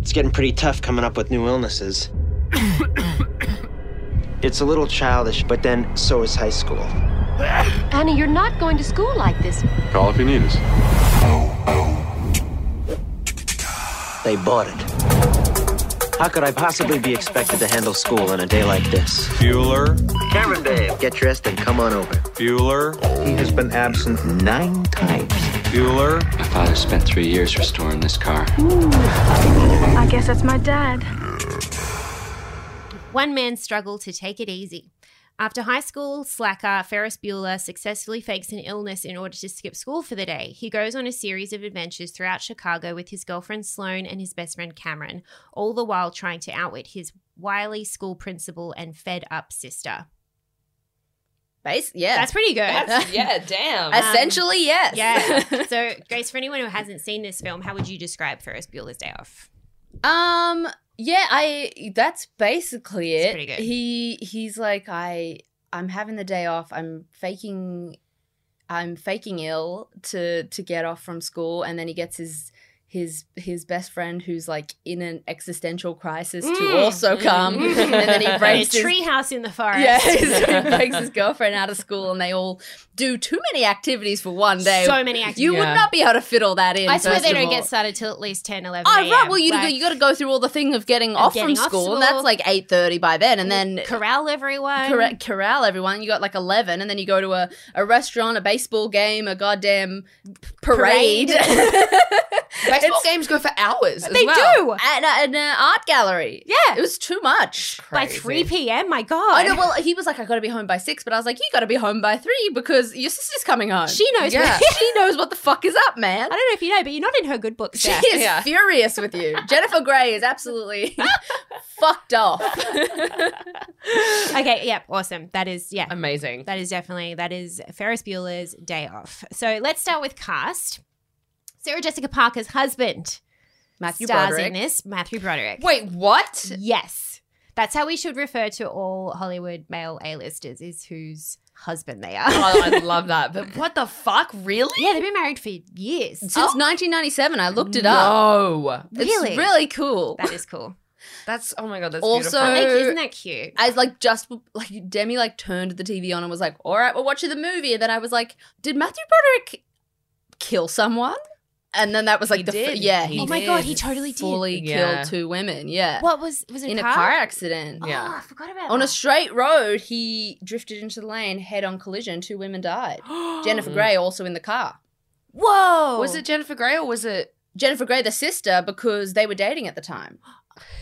[SPEAKER 4] It's getting pretty tough coming up with new illnesses. it's a little childish, but then so is high school.
[SPEAKER 5] Annie, you're not going to school like this.
[SPEAKER 6] Call if you need us.
[SPEAKER 4] They bought it. How could I possibly be expected to handle school on a day like this?
[SPEAKER 6] Bueller,
[SPEAKER 4] Cameron Dave, get dressed and come on over.
[SPEAKER 6] Bueller,
[SPEAKER 4] He has been absent nine times.
[SPEAKER 6] Bueller.
[SPEAKER 7] My father spent three years restoring this car.
[SPEAKER 8] I guess that's my dad.
[SPEAKER 1] One man's struggle to take it easy. After high school slacker Ferris Bueller successfully fakes an illness in order to skip school for the day, he goes on a series of adventures throughout Chicago with his girlfriend Sloane and his best friend Cameron, all the while trying to outwit his wily school principal and fed up sister.
[SPEAKER 3] Base, yeah.
[SPEAKER 1] That's pretty good.
[SPEAKER 2] That's, yeah, damn.
[SPEAKER 1] That's-
[SPEAKER 3] Essentially, yes.
[SPEAKER 1] yeah. so, Grace, for anyone who hasn't seen this film, how would you describe Ferris Bueller's Day Off?
[SPEAKER 3] Um. Yeah. I. That's basically
[SPEAKER 1] It's
[SPEAKER 3] it.
[SPEAKER 1] pretty good.
[SPEAKER 3] He. He's like I. I'm having the day off. I'm faking. I'm faking ill to to get off from school, and then he gets his his his best friend who's like in an existential crisis
[SPEAKER 1] Mm.
[SPEAKER 3] to also come, and then he
[SPEAKER 1] In a
[SPEAKER 3] breaks his
[SPEAKER 1] treehouse in the forest.
[SPEAKER 3] yeah, so he breaks his girlfriend out of school, and they all do too many activities for one day.
[SPEAKER 1] so many actors.
[SPEAKER 3] you would
[SPEAKER 2] Yeah.
[SPEAKER 3] not be able to fit all that in.
[SPEAKER 1] I swear
[SPEAKER 3] first
[SPEAKER 1] they
[SPEAKER 3] of
[SPEAKER 1] don't
[SPEAKER 3] all.
[SPEAKER 1] get started till at least 10, 11
[SPEAKER 3] Oh right,
[SPEAKER 1] a.m.
[SPEAKER 3] well you
[SPEAKER 1] Like,
[SPEAKER 3] you got to go through all the thing of getting
[SPEAKER 1] And
[SPEAKER 3] off
[SPEAKER 1] getting
[SPEAKER 3] from
[SPEAKER 1] off
[SPEAKER 3] school, and that's
[SPEAKER 1] school.
[SPEAKER 3] like eight thirty by then, and then
[SPEAKER 1] corral everyone.
[SPEAKER 3] corre- corral everyone. You got like eleven, and then you go to a, a restaurant, a baseball game, a goddamn p- parade,
[SPEAKER 2] Baseball games go for hours. as
[SPEAKER 1] They
[SPEAKER 2] well.
[SPEAKER 1] do
[SPEAKER 3] and a- and an art gallery.
[SPEAKER 1] Yeah.
[SPEAKER 3] it was too much.
[SPEAKER 1] by
[SPEAKER 2] Crazy.
[SPEAKER 1] three p.m. My God,
[SPEAKER 3] I know. Well, he was like, "I got to be home by six, but I was like, "You got to be home by three because your sister's coming home."
[SPEAKER 1] she knows.
[SPEAKER 2] Yeah.
[SPEAKER 3] she knows what the fuck is up, man.
[SPEAKER 1] I don't know if you know, but you're not in her good books.
[SPEAKER 3] She
[SPEAKER 1] Steph.
[SPEAKER 3] is
[SPEAKER 2] Yeah.
[SPEAKER 3] furious with you. Jennifer Grey is absolutely fucked off.
[SPEAKER 1] okay. Yep. Awesome. That is. Yeah.
[SPEAKER 2] Amazing.
[SPEAKER 1] That is definitely that is Ferris Bueller's Day Off. So let's start with cast. Sarah Jessica Parker's husband
[SPEAKER 3] Matthew
[SPEAKER 1] stars
[SPEAKER 3] Broderick.
[SPEAKER 1] in this. Matthew Broderick.
[SPEAKER 2] Wait, what?
[SPEAKER 1] Yes. That's how we should refer to all Hollywood male A-listers is whose husband they are.
[SPEAKER 2] Oh, I love that. But what the fuck? Really?
[SPEAKER 1] yeah, they've been married for years.
[SPEAKER 3] Since 1997, I looked it up.
[SPEAKER 2] No.
[SPEAKER 1] Really?
[SPEAKER 3] It's really cool.
[SPEAKER 1] That is cool.
[SPEAKER 2] That's oh my god. That's
[SPEAKER 3] Also-
[SPEAKER 2] beautiful.
[SPEAKER 1] Like,
[SPEAKER 3] So-
[SPEAKER 1] isn't that cute?
[SPEAKER 3] I like just like Demi like turned the TV on and was like, "All right, we're watching the movie." And then I was like, "Did Matthew Broderick kill someone?" And then that was like
[SPEAKER 2] He
[SPEAKER 3] the fir-
[SPEAKER 2] did.
[SPEAKER 3] yeah,
[SPEAKER 2] He
[SPEAKER 1] oh my
[SPEAKER 2] did.
[SPEAKER 1] god, he totally did.
[SPEAKER 3] fully
[SPEAKER 2] Yeah.
[SPEAKER 3] killed two women. Yeah,
[SPEAKER 1] Uh, What was was it
[SPEAKER 3] in a
[SPEAKER 1] car?
[SPEAKER 3] car accident.
[SPEAKER 1] Oh,
[SPEAKER 2] Yeah.
[SPEAKER 1] I forgot about
[SPEAKER 3] On a
[SPEAKER 1] that.
[SPEAKER 3] straight road, he drifted into the lane, head-on collision. Two women died. Jennifer Grey also in the car.
[SPEAKER 1] Whoa.
[SPEAKER 2] was it Jennifer Grey or was it?
[SPEAKER 3] Jennifer Grey, the sister, because they were dating at the time.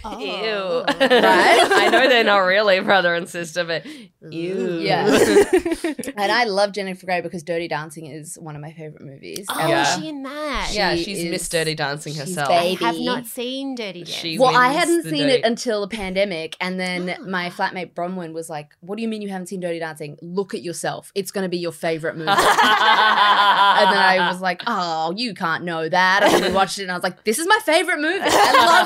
[SPEAKER 1] Oh.
[SPEAKER 3] Right?
[SPEAKER 2] I know they're not really brother and sister, but ew.
[SPEAKER 3] Yeah. And I love Jennifer Grey because Dirty Dancing is one of my favorite movies.
[SPEAKER 1] Oh,
[SPEAKER 3] ever.
[SPEAKER 2] Yeah.
[SPEAKER 1] is she in that?
[SPEAKER 2] yeah,
[SPEAKER 3] She
[SPEAKER 2] she's
[SPEAKER 3] is-
[SPEAKER 2] Miss Dirty Dancing
[SPEAKER 3] she's
[SPEAKER 2] herself.
[SPEAKER 3] babe.
[SPEAKER 1] I have
[SPEAKER 3] Baby.
[SPEAKER 1] not seen Dirty Dancing.
[SPEAKER 2] She
[SPEAKER 3] Well, I
[SPEAKER 2] wins
[SPEAKER 3] hadn't
[SPEAKER 2] the
[SPEAKER 3] seen
[SPEAKER 2] date.
[SPEAKER 3] it until the pandemic, and then my flatmate Bronwyn was like, "What do you mean you haven't seen Dirty Dancing? Look at yourself. It's going to be your favorite movie." and then I was like, "Oh, you can't know that." And then we watched it, and I was like, "This is my favorite movie.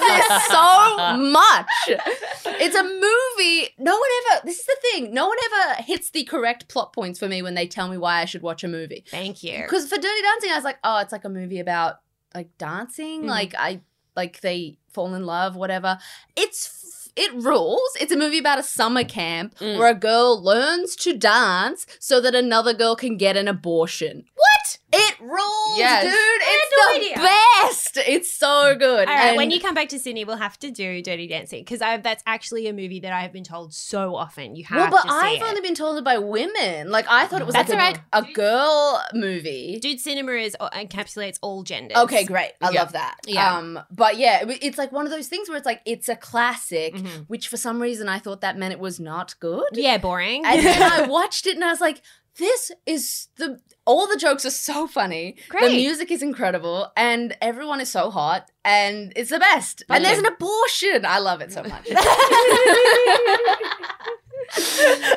[SPEAKER 3] I love this so much. It's a movie. No one ever. This is the thing. No one ever hits the correct plot points for me when they tell me why I should watch a movie.
[SPEAKER 1] Thank you.
[SPEAKER 3] Because for Dirty Dancing, I was like, oh, it's like a movie about like dancing,
[SPEAKER 1] Mhm.
[SPEAKER 3] like I like they fall in love, whatever. It's f- it rules. It's a movie about a summer camp
[SPEAKER 2] Mm.
[SPEAKER 3] where a girl learns to dance so that another girl can get an abortion. What? It rules,
[SPEAKER 2] Yes.
[SPEAKER 3] dude.
[SPEAKER 1] no
[SPEAKER 3] It's
[SPEAKER 1] idea.
[SPEAKER 3] the best. It's so good.
[SPEAKER 1] All right, when
[SPEAKER 3] And-
[SPEAKER 1] you come back to Sydney, we'll have to do Dirty Dancing because that's actually a movie that I have been told so often. You
[SPEAKER 3] well,
[SPEAKER 1] have
[SPEAKER 3] but
[SPEAKER 1] to see it.
[SPEAKER 3] I've only been told it by women. Like I thought it was
[SPEAKER 1] That's
[SPEAKER 3] like
[SPEAKER 1] alright.
[SPEAKER 3] a, a girl movie.
[SPEAKER 1] Dude Cinema is encapsulates all genders.
[SPEAKER 3] Okay, great. I
[SPEAKER 2] Yeah.
[SPEAKER 3] love that.
[SPEAKER 1] Yeah.
[SPEAKER 3] Um, but yeah, it- it's like one of those things where it's like it's a classic,
[SPEAKER 2] Mm-hmm.
[SPEAKER 1] Mhm.
[SPEAKER 3] which for some reason I thought that meant it was not good.
[SPEAKER 1] Yeah, boring.
[SPEAKER 3] And then I watched it and I was like, this is the all the jokes are so funny.
[SPEAKER 1] Great.
[SPEAKER 3] The music is incredible, and everyone is so hot, and it's the best. And there's an abortion. I love it so much.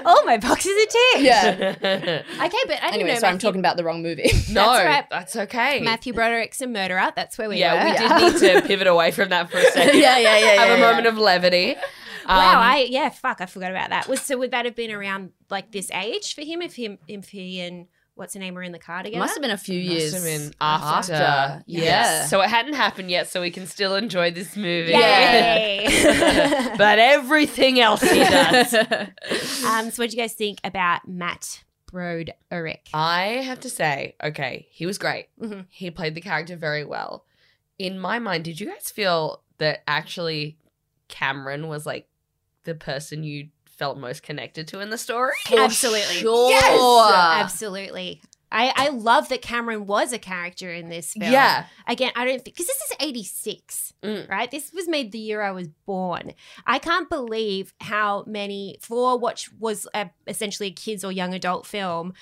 [SPEAKER 1] All my boxes are ticked.
[SPEAKER 3] yeah.
[SPEAKER 1] Okay, but I didn't
[SPEAKER 3] Anyway,
[SPEAKER 1] know
[SPEAKER 3] so I'm
[SPEAKER 1] Matthew,
[SPEAKER 3] talking about the wrong movie.
[SPEAKER 2] no,
[SPEAKER 1] That's right.
[SPEAKER 2] that's okay.
[SPEAKER 1] Matthew Broderick's a murderer. That's where we were.
[SPEAKER 2] yeah, we did need to pivot away from that for a second.
[SPEAKER 3] yeah, yeah, yeah.
[SPEAKER 2] Have
[SPEAKER 3] yeah,
[SPEAKER 2] a
[SPEAKER 3] yeah.
[SPEAKER 2] moment of levity.
[SPEAKER 1] wow,
[SPEAKER 2] Um,
[SPEAKER 1] I yeah, fuck, I forgot about that. Was so would that have been around like this age for him if him if he and what's her name were in the car together?
[SPEAKER 3] Must have been a few years
[SPEAKER 2] Must have been after.
[SPEAKER 3] after. Yeah.
[SPEAKER 2] So it hadn't happened yet, so we can still enjoy this movie.
[SPEAKER 1] Yay.
[SPEAKER 2] but everything else he does.
[SPEAKER 1] um, so what do you guys think about Matt Broderick?
[SPEAKER 2] I have to say, okay, he was great.
[SPEAKER 1] Mhm.
[SPEAKER 2] He played the character very well. In my mind, did you guys feel that actually Cameron was like the person you felt most connected to in the story?
[SPEAKER 1] Absolutely.
[SPEAKER 3] Sure.
[SPEAKER 1] Absolutely. I, I love that Cameron was a character in this film.
[SPEAKER 2] Yeah.
[SPEAKER 1] Again, I don't think because this is eighty six,
[SPEAKER 2] Mm.
[SPEAKER 1] right? This was made the year I was born. I can't believe how many for what was a, essentially a kids or young adult film.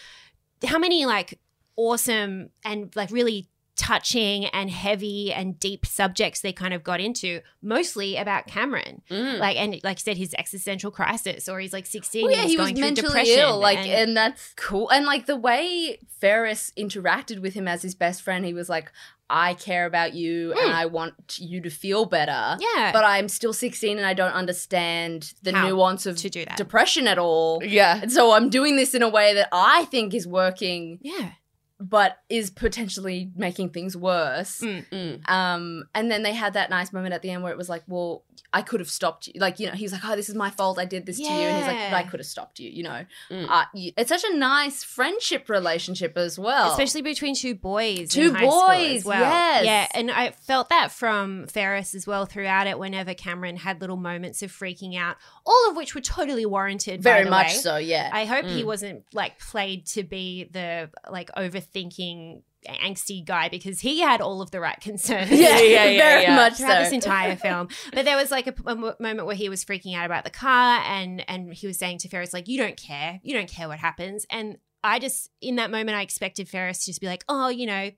[SPEAKER 1] How many like awesome and like really touching and heavy and deep subjects they kind of got into, mostly about Cameron.
[SPEAKER 2] Mm.
[SPEAKER 1] Like and like you said, his existential crisis, or he's like sixteen.
[SPEAKER 3] Hmm. Well, oh, yeah,
[SPEAKER 1] and
[SPEAKER 3] he
[SPEAKER 1] he's
[SPEAKER 3] was
[SPEAKER 1] going through
[SPEAKER 3] mentally
[SPEAKER 1] depression
[SPEAKER 3] ill, like,
[SPEAKER 1] and-
[SPEAKER 3] and, that's cool. And like the way Ferris interacted with him as his best friend, he was like, "I care about you, and I want you to feel better."
[SPEAKER 1] Hmm. yeah,
[SPEAKER 3] But I'm still 16, and I don't understand the
[SPEAKER 1] How
[SPEAKER 3] nuance of
[SPEAKER 1] to do that.
[SPEAKER 3] depression at all.
[SPEAKER 2] Yeah.
[SPEAKER 3] And so I'm doing this in a way that I think is working,
[SPEAKER 1] yeah,
[SPEAKER 3] but is potentially making things worse.
[SPEAKER 2] Mm.
[SPEAKER 3] Um, and then they had that nice moment at the end where it was like, well, I could have stopped you. Like, you know, he was like, oh, this is my fault. I did this to you. And he's like,
[SPEAKER 1] Yeah.
[SPEAKER 3] but I could have stopped you, you know.
[SPEAKER 2] Mm.
[SPEAKER 3] Uh, you- it's such a nice friendship relationship as well.
[SPEAKER 1] especially between two boys.
[SPEAKER 3] Oh. Two
[SPEAKER 1] in high school as
[SPEAKER 3] boys,
[SPEAKER 1] well.
[SPEAKER 3] yes.
[SPEAKER 1] Yeah, and I felt that from Ferris as well throughout it. Whenever Cameron had little moments of freaking out, all of which were totally warranted. by
[SPEAKER 3] Very
[SPEAKER 1] the
[SPEAKER 3] much
[SPEAKER 1] way.
[SPEAKER 3] so, yeah.
[SPEAKER 1] I hope he
[SPEAKER 2] Mm.
[SPEAKER 1] wasn't like played to be the like overthinking angsty guy because he had all of the right concerns.
[SPEAKER 2] Yeah, yeah, yeah,
[SPEAKER 3] Very
[SPEAKER 2] yeah.
[SPEAKER 3] much
[SPEAKER 1] throughout this
[SPEAKER 3] so.
[SPEAKER 1] entire film. But there was like a, p- a mo- moment where he was freaking out about the car, and and he was saying to Ferris like, "You don't care. You don't care what happens." And I just in that moment I expected Ferris to just be like, "Oh, you know."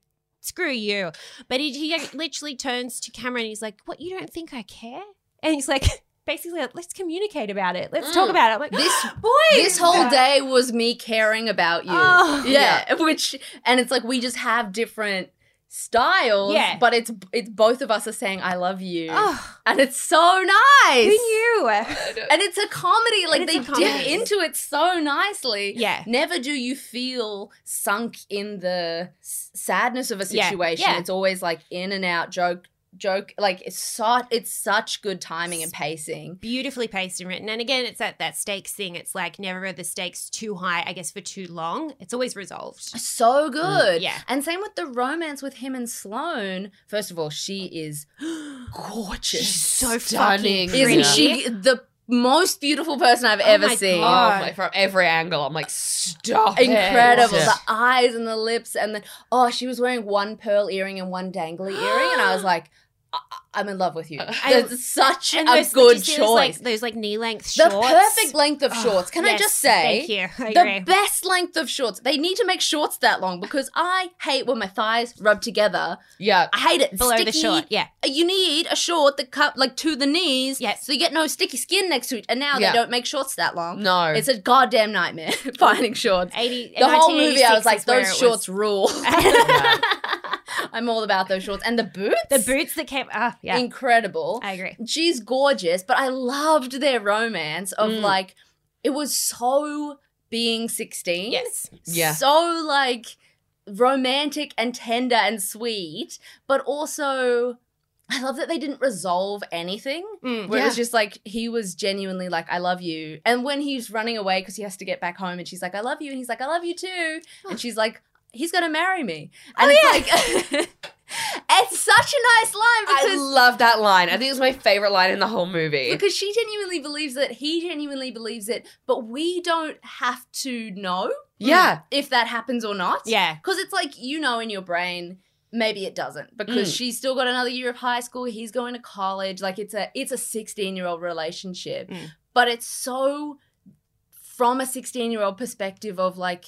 [SPEAKER 1] Screw you. But he, he literally turns to Cameron and he's like, What, you don't think I care? And he's like, Basically, like, let's communicate about it. Let's talk
[SPEAKER 2] Mm.
[SPEAKER 1] about it. I'm like,
[SPEAKER 3] This-
[SPEAKER 1] boy,
[SPEAKER 3] This whole day was me caring about you.
[SPEAKER 1] Oh.
[SPEAKER 3] yeah, Which, and it's like, we just have different styles.
[SPEAKER 1] Yeah.
[SPEAKER 3] But it's, it's both of us are saying, I love you.
[SPEAKER 1] Oh,
[SPEAKER 3] And it's so nice.
[SPEAKER 1] who knew?
[SPEAKER 3] And it's a comedy. Like
[SPEAKER 1] And
[SPEAKER 3] they
[SPEAKER 1] it's a
[SPEAKER 3] dip
[SPEAKER 1] comedy.
[SPEAKER 3] into it so nicely.
[SPEAKER 1] Yeah.
[SPEAKER 3] Never do you feel sunk in the s- sadness of a
[SPEAKER 1] Yeah.
[SPEAKER 3] situation.
[SPEAKER 1] Yeah.
[SPEAKER 3] It's always like in and out joke joke like it's such it's such good timing and pacing.
[SPEAKER 1] Beautifully paced and written. And again, it's that, that stakes thing. It's like never are the stakes too high, I guess, for too long. It's always resolved.
[SPEAKER 3] So good.
[SPEAKER 1] Mm, yeah.
[SPEAKER 3] And same with the romance with him and Sloane. First of all, she is gorgeous.
[SPEAKER 1] She's so
[SPEAKER 2] Stunning.
[SPEAKER 1] fucking pretty.
[SPEAKER 2] Isn't
[SPEAKER 3] Isn't she the most beautiful person I've ever
[SPEAKER 1] my
[SPEAKER 3] seen?
[SPEAKER 2] Oh,
[SPEAKER 1] God.
[SPEAKER 2] my, from every angle, I'm like, stop. it.
[SPEAKER 3] incredible.
[SPEAKER 2] Yeah.
[SPEAKER 3] The eyes and the lips, and then oh, she was wearing one pearl earring and one dangly earring, and I was like, I- I- am in love with you. That's such
[SPEAKER 1] Uh, And
[SPEAKER 3] a
[SPEAKER 1] those-
[SPEAKER 3] good
[SPEAKER 1] did you
[SPEAKER 3] choice.
[SPEAKER 1] see Those like, those, like knee length
[SPEAKER 3] the
[SPEAKER 1] shorts.
[SPEAKER 3] perfect length of
[SPEAKER 1] Oh,
[SPEAKER 3] shorts. Can I
[SPEAKER 1] yes,
[SPEAKER 3] just say?
[SPEAKER 1] Thank you. I agree.
[SPEAKER 3] The best length of shorts. They need to make shorts that long because I hate when my thighs rub together.
[SPEAKER 2] Yeah.
[SPEAKER 3] I hate it.
[SPEAKER 1] Below the
[SPEAKER 3] Sticky.
[SPEAKER 1] short. Yeah.
[SPEAKER 3] You need a short that cut like to the knees.
[SPEAKER 1] Yes.
[SPEAKER 3] So you get no sticky skin next to it. And now
[SPEAKER 2] Yeah.
[SPEAKER 3] they don't make shorts that long.
[SPEAKER 2] No.
[SPEAKER 3] It's a goddamn nightmare finding shorts
[SPEAKER 1] 80,
[SPEAKER 3] the whole movie I
[SPEAKER 1] 1986
[SPEAKER 3] was like
[SPEAKER 1] is where
[SPEAKER 3] those
[SPEAKER 1] it was-
[SPEAKER 3] shorts rule
[SPEAKER 2] Yeah.
[SPEAKER 3] I'm all about those shorts and the boots
[SPEAKER 1] The boots that came. Ah, yeah.
[SPEAKER 3] incredible
[SPEAKER 1] I agree.
[SPEAKER 3] she's gorgeous but I loved their romance of
[SPEAKER 2] Mm.
[SPEAKER 3] like it was so being 16
[SPEAKER 1] Yes.
[SPEAKER 2] Yeah.
[SPEAKER 3] so like romantic and tender and sweet but also I love that they didn't resolve anything
[SPEAKER 1] Mm.
[SPEAKER 3] where it was just like he was genuinely like, I love you. And when he's running away because he has to get back home and she's like, I love you. And he's like, I love you too. And she's like, he's going to marry me. And
[SPEAKER 2] Oh,
[SPEAKER 3] it's like, it's such a nice line
[SPEAKER 2] I
[SPEAKER 3] because,
[SPEAKER 2] love that line. I think it was my favorite line in the whole movie.
[SPEAKER 3] because she genuinely believes it. He genuinely believes it. But we don't have to know
[SPEAKER 2] Yeah.
[SPEAKER 3] if that happens or not.
[SPEAKER 1] Yeah.
[SPEAKER 3] Because it's like, you know, in your brain, maybe it doesn't because
[SPEAKER 2] Mm.
[SPEAKER 3] she's still got another year of high school. He's going to college. Like it's a it's a 16 year old relationship,
[SPEAKER 1] Mm.
[SPEAKER 3] but it's so from a 16 year old perspective of like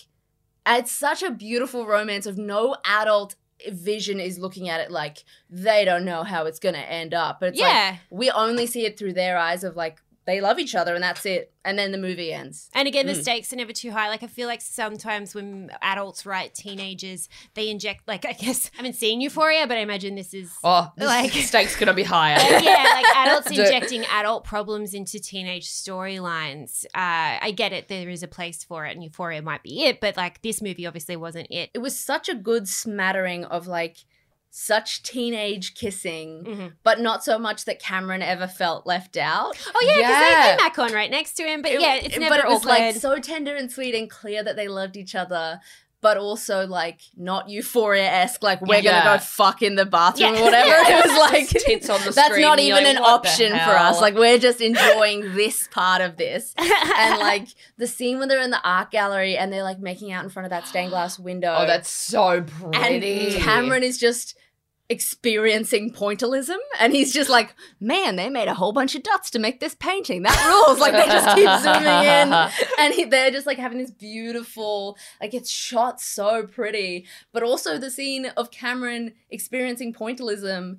[SPEAKER 3] it's such a beautiful romance of no adult vision is looking at it like they don't know how it's gonna end up. But it's like
[SPEAKER 1] yeah.
[SPEAKER 3] we only see it through their eyes of like they love each other and that's it. And then the movie ends.
[SPEAKER 1] And again, the
[SPEAKER 3] Mm.
[SPEAKER 1] stakes are never too high. Like I feel like sometimes when adults write teenagers, they inject like I guess I haven't seen Euphoria, but I imagine this is
[SPEAKER 2] Oh, the
[SPEAKER 1] Like-
[SPEAKER 2] stakes gonna be higher.
[SPEAKER 1] yeah, like adults
[SPEAKER 2] Do-
[SPEAKER 1] injecting adult problems into teenage storylines. Uh, I get it. There is a place for it, and Euphoria might be it, but like this movie obviously wasn't it.
[SPEAKER 3] It was such a good smattering of like such teenage kissing,
[SPEAKER 1] Mhm.
[SPEAKER 3] but not so much that Cameron ever felt left out.
[SPEAKER 1] Oh yeah, because
[SPEAKER 2] Yeah.
[SPEAKER 1] they came back on right next to him. But
[SPEAKER 3] It-
[SPEAKER 1] yeah, it's
[SPEAKER 3] it-
[SPEAKER 1] never
[SPEAKER 3] but it was like
[SPEAKER 1] awkward.
[SPEAKER 3] so tender and sweet and clear that they loved each other. But also like not euphoria esque, like we're
[SPEAKER 2] Yeah.
[SPEAKER 3] gonna go fuck in the bathroom
[SPEAKER 1] Yeah.
[SPEAKER 3] or whatever. It was like
[SPEAKER 2] Just tits on the
[SPEAKER 3] that's
[SPEAKER 2] screen,
[SPEAKER 3] not
[SPEAKER 2] you're
[SPEAKER 3] even
[SPEAKER 2] like,
[SPEAKER 3] an
[SPEAKER 2] what the
[SPEAKER 3] option for
[SPEAKER 2] hell?
[SPEAKER 3] us. Like we're just enjoying this part of this. And like the scene when they're in the art gallery and they're like making out in front of that stained glass window.
[SPEAKER 2] oh, that's so
[SPEAKER 3] and
[SPEAKER 2] pretty.
[SPEAKER 3] Cameron is just experiencing pointillism and he's just like man they made a whole bunch of dots to make this painting that rules like they just keep zooming in and he, they're just like having this beautiful like it's shot so pretty but also the scene of cameron experiencing pointillism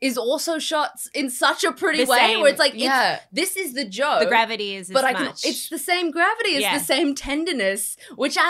[SPEAKER 3] is also shot s- in such a pretty
[SPEAKER 1] The
[SPEAKER 3] way
[SPEAKER 1] same.
[SPEAKER 3] where it's like it's-
[SPEAKER 2] Yeah,
[SPEAKER 3] this is the joke
[SPEAKER 1] the gravity is as
[SPEAKER 3] but i can
[SPEAKER 1] much.
[SPEAKER 3] it's the same gravity it's
[SPEAKER 1] Yeah.
[SPEAKER 3] the same tenderness which i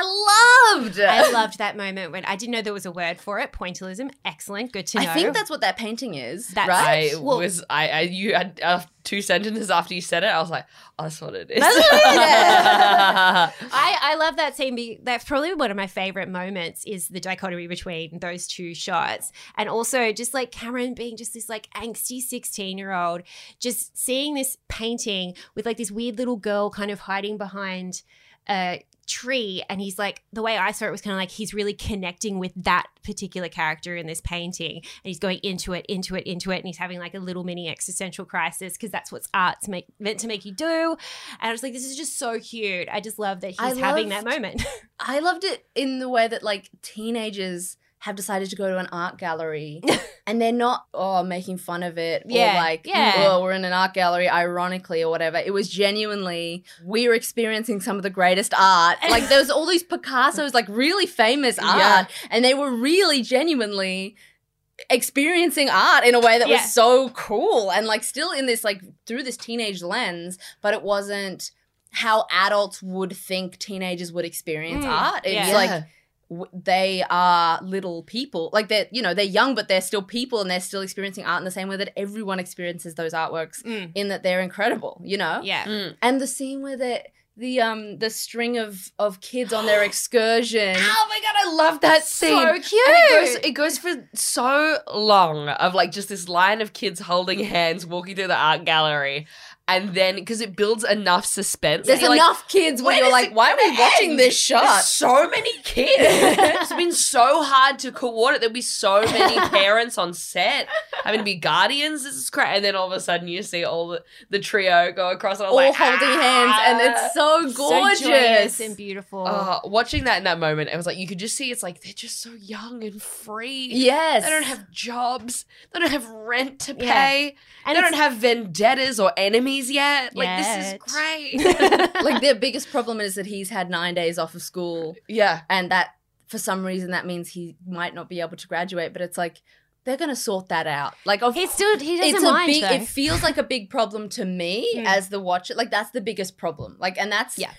[SPEAKER 3] loved
[SPEAKER 1] I loved that moment when I didn't know there was a word for it. Pointillism, excellent, good to know.
[SPEAKER 3] i think that's what that painting is
[SPEAKER 1] That's-
[SPEAKER 3] right
[SPEAKER 2] I
[SPEAKER 1] Well-
[SPEAKER 2] was. I, I you had uh, two sentences after you said it. I was like, oh, that's what it is.
[SPEAKER 3] That's what it
[SPEAKER 1] I, I love that scene. Be, that's probably one of my favorite moments is the dichotomy between those two shots. And also just like Cameron being just this like angsty 16 year old, just seeing this painting with like this weird little girl kind of hiding behind a tree. And he's like, the way I saw it was kind of like he's really connecting with that particular character in this painting. And he's going into it, into it, into it. And he's having like a little mini existential crisis because that's what's art's make, meant to make you do. And I was like, this is just so cute. I just love that he's
[SPEAKER 3] I
[SPEAKER 1] having that
[SPEAKER 3] loved-
[SPEAKER 1] moment.
[SPEAKER 3] I loved it in the way that like teenagers have decided to go to an art gallery and they're not oh making fun of it
[SPEAKER 1] Yeah,
[SPEAKER 3] or like
[SPEAKER 1] yeah.
[SPEAKER 3] oh we're in an art gallery ironically or whatever it was genuinely we're experiencing some of the greatest art like there was all these picassos like really famous art
[SPEAKER 2] Yeah.
[SPEAKER 3] and they were really genuinely experiencing art in a way that
[SPEAKER 1] Yeah.
[SPEAKER 3] was so cool and like still in this like through this teenage lens but it wasn't how adults would think teenagers would experience
[SPEAKER 1] Mm,
[SPEAKER 3] art it's
[SPEAKER 1] yeah.
[SPEAKER 3] like w- they are little people like they're you know they're young but they're still people and they're still experiencing art in the same way that everyone experiences those artworks
[SPEAKER 1] Mm.
[SPEAKER 3] in that they're incredible you know
[SPEAKER 1] Yeah.
[SPEAKER 2] Mm.
[SPEAKER 3] and the scene where the the um the string of of kids on their excursion
[SPEAKER 2] Oh my god, I love that scene.
[SPEAKER 1] So
[SPEAKER 2] And it goes, it goes for so long of like just this line of kids
[SPEAKER 3] Mm.
[SPEAKER 2] holding hands walking through the art gallery, and then because it builds enough suspense.
[SPEAKER 3] there's
[SPEAKER 2] You're like,
[SPEAKER 3] enough kids where
[SPEAKER 2] when
[SPEAKER 3] you're
[SPEAKER 2] is
[SPEAKER 3] like
[SPEAKER 2] it
[SPEAKER 3] why are we
[SPEAKER 2] gonna
[SPEAKER 3] watching
[SPEAKER 2] end?
[SPEAKER 3] this
[SPEAKER 2] There's
[SPEAKER 3] shot
[SPEAKER 2] so many kids. it's been so hard to coordinate. There'll be so many parents on set having to be guardians. This is crazy. And then all of a sudden, you see all the, the trio go across, and I'm
[SPEAKER 3] all
[SPEAKER 2] like,
[SPEAKER 3] holding hands and it's so gorgeous
[SPEAKER 1] So joyous and beautiful.
[SPEAKER 2] Uh, watching that in that moment, it was like you could just see it's like they're just so young and free.
[SPEAKER 3] yes
[SPEAKER 2] They don't have jobs. They don't have rent to
[SPEAKER 1] Yeah.
[SPEAKER 2] pay.
[SPEAKER 1] and
[SPEAKER 2] they don't
[SPEAKER 1] it's-
[SPEAKER 2] have vendettas or enemies yet. Like this is
[SPEAKER 1] Yet.
[SPEAKER 2] great.
[SPEAKER 3] like their biggest problem is that he's had nine days off of school
[SPEAKER 2] yeah.
[SPEAKER 3] and that for some reason that means he might not be able to graduate but it's like they're gonna sort that out like of
[SPEAKER 1] he still he doesn't
[SPEAKER 3] it's a
[SPEAKER 1] mind
[SPEAKER 3] big
[SPEAKER 1] though.
[SPEAKER 3] it feels like a big problem to me
[SPEAKER 1] Mm.
[SPEAKER 3] as the watcher like that's the biggest problem like and that's
[SPEAKER 1] Yeah.